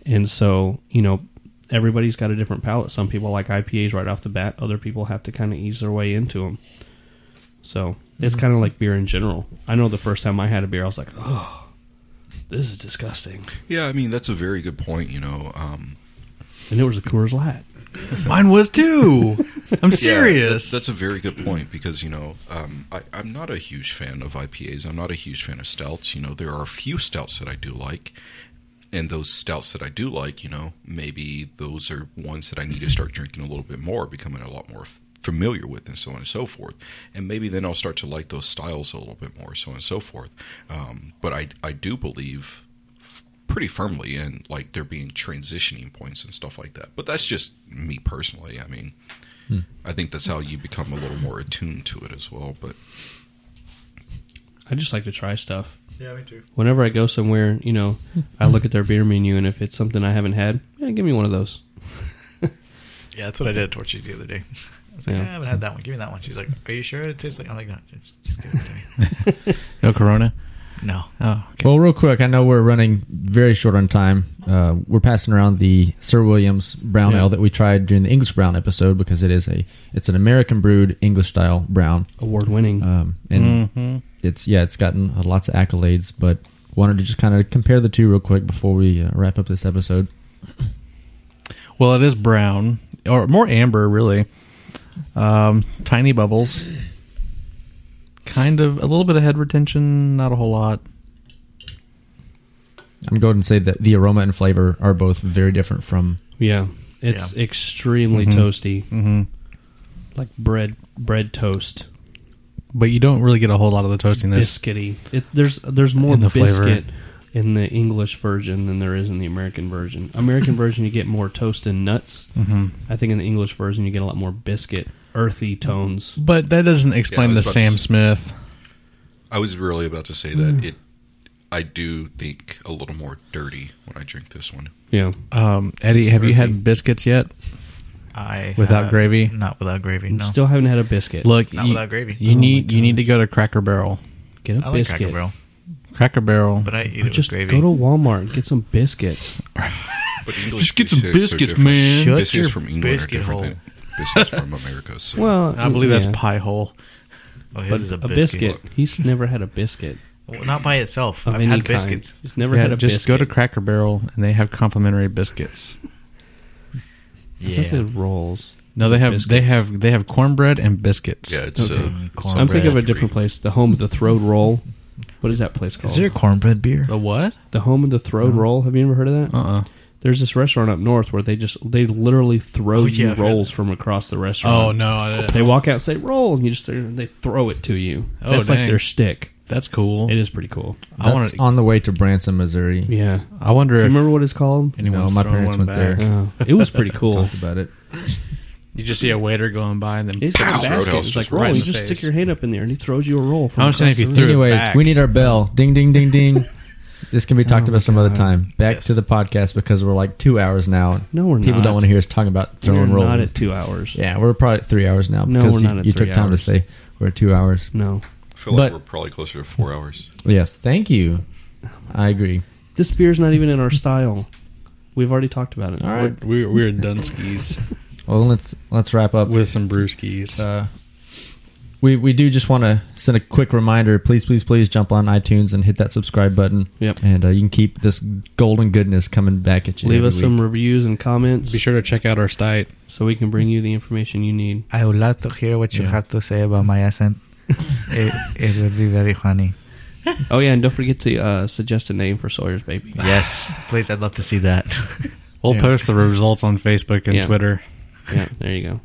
S3: And so, you know, everybody's got a different palate. Some people like IPAs right off the bat, other people have to kind of ease their way into them. So it's kind of like beer in general. I know the first time I had a beer, I was like, oh, this is disgusting.
S5: Yeah, I mean that's a very good point. You know, um,
S3: And it was a Coors Light.
S8: Mine
S4: *laughs*
S8: was too. I'm
S5: Yeah,
S8: serious.
S5: that's, that's a very good point because you know um, I, I'm not a huge fan of IPAs. I'm not a huge fan of stouts. You know, there are a few stouts that I do like, and those stouts that I do like, you know, maybe those are ones that I need to start drinking a little bit more, becoming a lot more f- familiar with, and so on and so forth. And maybe then I'll start to like those styles a little bit more, so on and so forth. Um, but I I do believe f- pretty firmly in like there being transitioning points and stuff like that. But that's just me personally. I mean. I think that's how you become a little more attuned to it as well. But
S3: I just like to try stuff.
S10: Yeah, me too.
S3: Whenever I go somewhere, you
S8: *laughs*
S3: know, I look at their beer menu, and if it's something I haven't had, yeah, give me one of those.
S1: Yeah, that's what I did at Torchy's the other day. I was like,
S3: Yeah.
S1: "Ah, I haven't had that one. Give me that one. She's like, Are you sure it tastes like? I'm like, No, just, just give it to me.
S10: No Corona.
S1: No.
S10: Oh, okay.
S2: Well, real quick, I know we're running very short on time. Uh, we're passing around the Sir Williams Brown
S3: Yeah.
S2: Ale that we tried during the English Brown episode because it is a it's an American brewed English style brown,
S3: Award winning.
S8: Uh,
S2: um,
S8: Mm.
S2: and
S8: Mm-hmm.
S2: it's yeah it's gotten uh, lots of accolades. But wanted to just kind of compare the two real quick before we uh, wrap up this episode.
S8: Well, it is brown or more amber, really. Um, tiny bubbles. Kind of a little bit of head retention, not a whole lot.
S2: I'm going to say that the aroma and flavor are both very different from
S3: yeah, it's extremely toasty,
S8: Mm-hmm.
S3: like bread bread toast,
S8: But you don't really get a whole lot of the toastiness.
S3: biscuity. It, there's there's more
S8: In the
S3: biscuit
S8: flavor.
S3: in the English version than there is in the American version. American version, you get more toast and nuts.
S8: hmm
S3: I think in the English version, you get a lot more biscuit, earthy tones.
S8: But that doesn't
S5: Yeah,
S8: explain
S5: I
S8: the
S5: was about to
S8: Sam
S5: say-
S8: Smith.
S5: I was really about to say
S8: Mm.
S5: that it. I do think a little more dirty when I drink this one.
S3: Yeah.
S8: Um, Eddie, have you
S3: earthy.
S8: had biscuits yet?
S1: I
S8: Without
S1: have-
S8: gravy?
S1: Not without gravy. No.
S3: Still haven't had a biscuit.
S8: Look,
S1: Not
S8: you,
S1: without gravy.
S8: You
S1: Oh my
S8: need you need to go to Cracker Barrel.
S3: Get a
S1: I like
S3: biscuit.
S1: Cracker Barrel,
S8: Cracker Barrel.
S1: but I eat
S3: Or
S1: it
S3: just
S1: with gravy.
S3: go to Walmart and get some biscuits.
S5: But English
S8: Just get some
S5: biscuits are
S8: biscuits,
S5: different.
S8: man.
S1: Shut
S5: biscuits
S1: your
S5: from England
S1: biscuit
S5: are different
S1: hole.
S5: than biscuits from America. So
S3: Well,
S8: I believe that's
S3: yeah.
S8: pie hole.
S1: oh, his
S3: But
S1: is
S3: a biscuit. He's never had a biscuit.
S1: Well, not by itself.
S3: of
S1: I've
S3: any
S1: had
S3: kind.
S1: biscuits.
S3: Just never had a
S8: just
S3: biscuit.
S8: go to Cracker Barrel and they have complimentary biscuits.
S3: I thought they
S1: Yeah.
S3: had rolls.
S8: No, they have
S3: Biscuits.
S8: they have they have cornbread and biscuits.
S5: Yeah, it's
S3: Okay.
S5: uh, it's
S3: I'm thinking of a
S5: bread.
S3: different place. The home of the throat roll. What is that place called?
S1: Is there cornbread beer?
S8: The what?
S3: the home of the throat roll. Have you ever heard of that?
S8: Uh uh
S3: There's this restaurant up north where they just they literally throw
S1: Oh, yeah,
S3: you
S1: I've heard
S3: rolls from across the restaurant.
S8: Oh no, I-
S3: They walk out and say roll, and you just they throw it to you.
S8: Oh,
S3: That's like
S8: dang.
S3: their stick.
S8: that's cool.
S3: It is pretty cool.
S8: I
S2: That's
S8: wanna-
S2: on the way to Branson, Missouri.
S3: Yeah.
S8: I wonder
S3: Do you
S8: if
S3: remember what it's
S8: *laughs*
S3: called?
S8: anyone's
S2: No, my
S8: throwing
S2: parents
S8: one
S2: went there.
S8: back.
S3: Oh, it was pretty cool.
S2: Talked about it.
S8: You just see a waiter going by and then
S3: It's like a
S5: Pow!
S3: basket.
S5: Roadhouse
S3: It's like
S5: just
S3: roll.
S8: right in
S3: You
S8: the
S3: just
S8: face.
S3: stick your hand up in there, and he throws you a roll. From
S8: I was saying
S3: across
S8: if you
S3: the
S8: threw
S3: room.
S8: it
S2: Anyways,
S8: back.
S2: we need our bell. Ding, ding, ding,
S3: *laughs*
S2: ding. this can be
S3: Oh
S2: talked about some other time. Back
S1: Yes.
S2: to the podcast because we're like two hours now.
S3: No, we're
S2: People
S3: not.
S2: don't want to hear us talking about throwing
S3: We're
S2: rolls.
S3: not at two hours.
S2: yeah, we're probably at three hours now
S3: No,
S2: because
S3: we're
S2: you,
S3: not at
S2: you
S3: three
S2: took time
S3: hours.
S2: to say we're at two hours.
S3: No,
S5: I feel like
S2: but-
S5: we're probably closer to four hours.
S2: Yes, thank you. I agree.
S3: this beer's not even in our style. We've already talked about it.
S2: All right.
S8: we we were Dunskies
S2: Well, then let's let's wrap up.
S8: with some brewskis.
S2: Uh, we we do just want to send a quick reminder. Please, please, please jump on iTunes and hit that subscribe button.
S3: Yep.
S2: And uh, you can keep this golden goodness coming back at you.
S3: Leave
S2: every
S3: us some
S2: week.
S3: reviews and comments
S8: Be sure to check out our site.
S3: so we can bring you the information you need.
S1: I would love to hear what you
S2: Yeah.
S1: have to say about my accent. it, it would be very funny.
S3: Oh yeah, and don't forget to uh, suggest a name for Sawyer's baby. *sighs*
S1: Yes, please. I'd love to see that.
S8: We'll
S2: Yeah.
S8: post the results on Facebook and
S3: Yeah.
S8: Twitter.
S3: Yeah, there you go.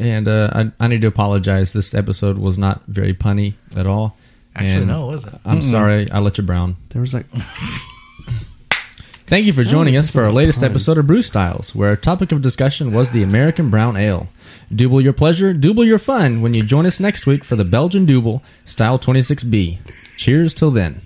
S2: And uh, I, I need to apologize. This episode was not very punny at all.
S1: Actually,
S2: And
S1: no, was it?
S2: I'm sorry. I let you brown.
S3: There was like
S2: Thank you for
S1: Oh,
S2: joining us for our latest
S3: pun.
S2: episode of Brew Styles, where our topic of discussion was the American Brown Ale. Double your pleasure, double your fun when you join us next week for the Belgian Double Style 26B. Cheers till then.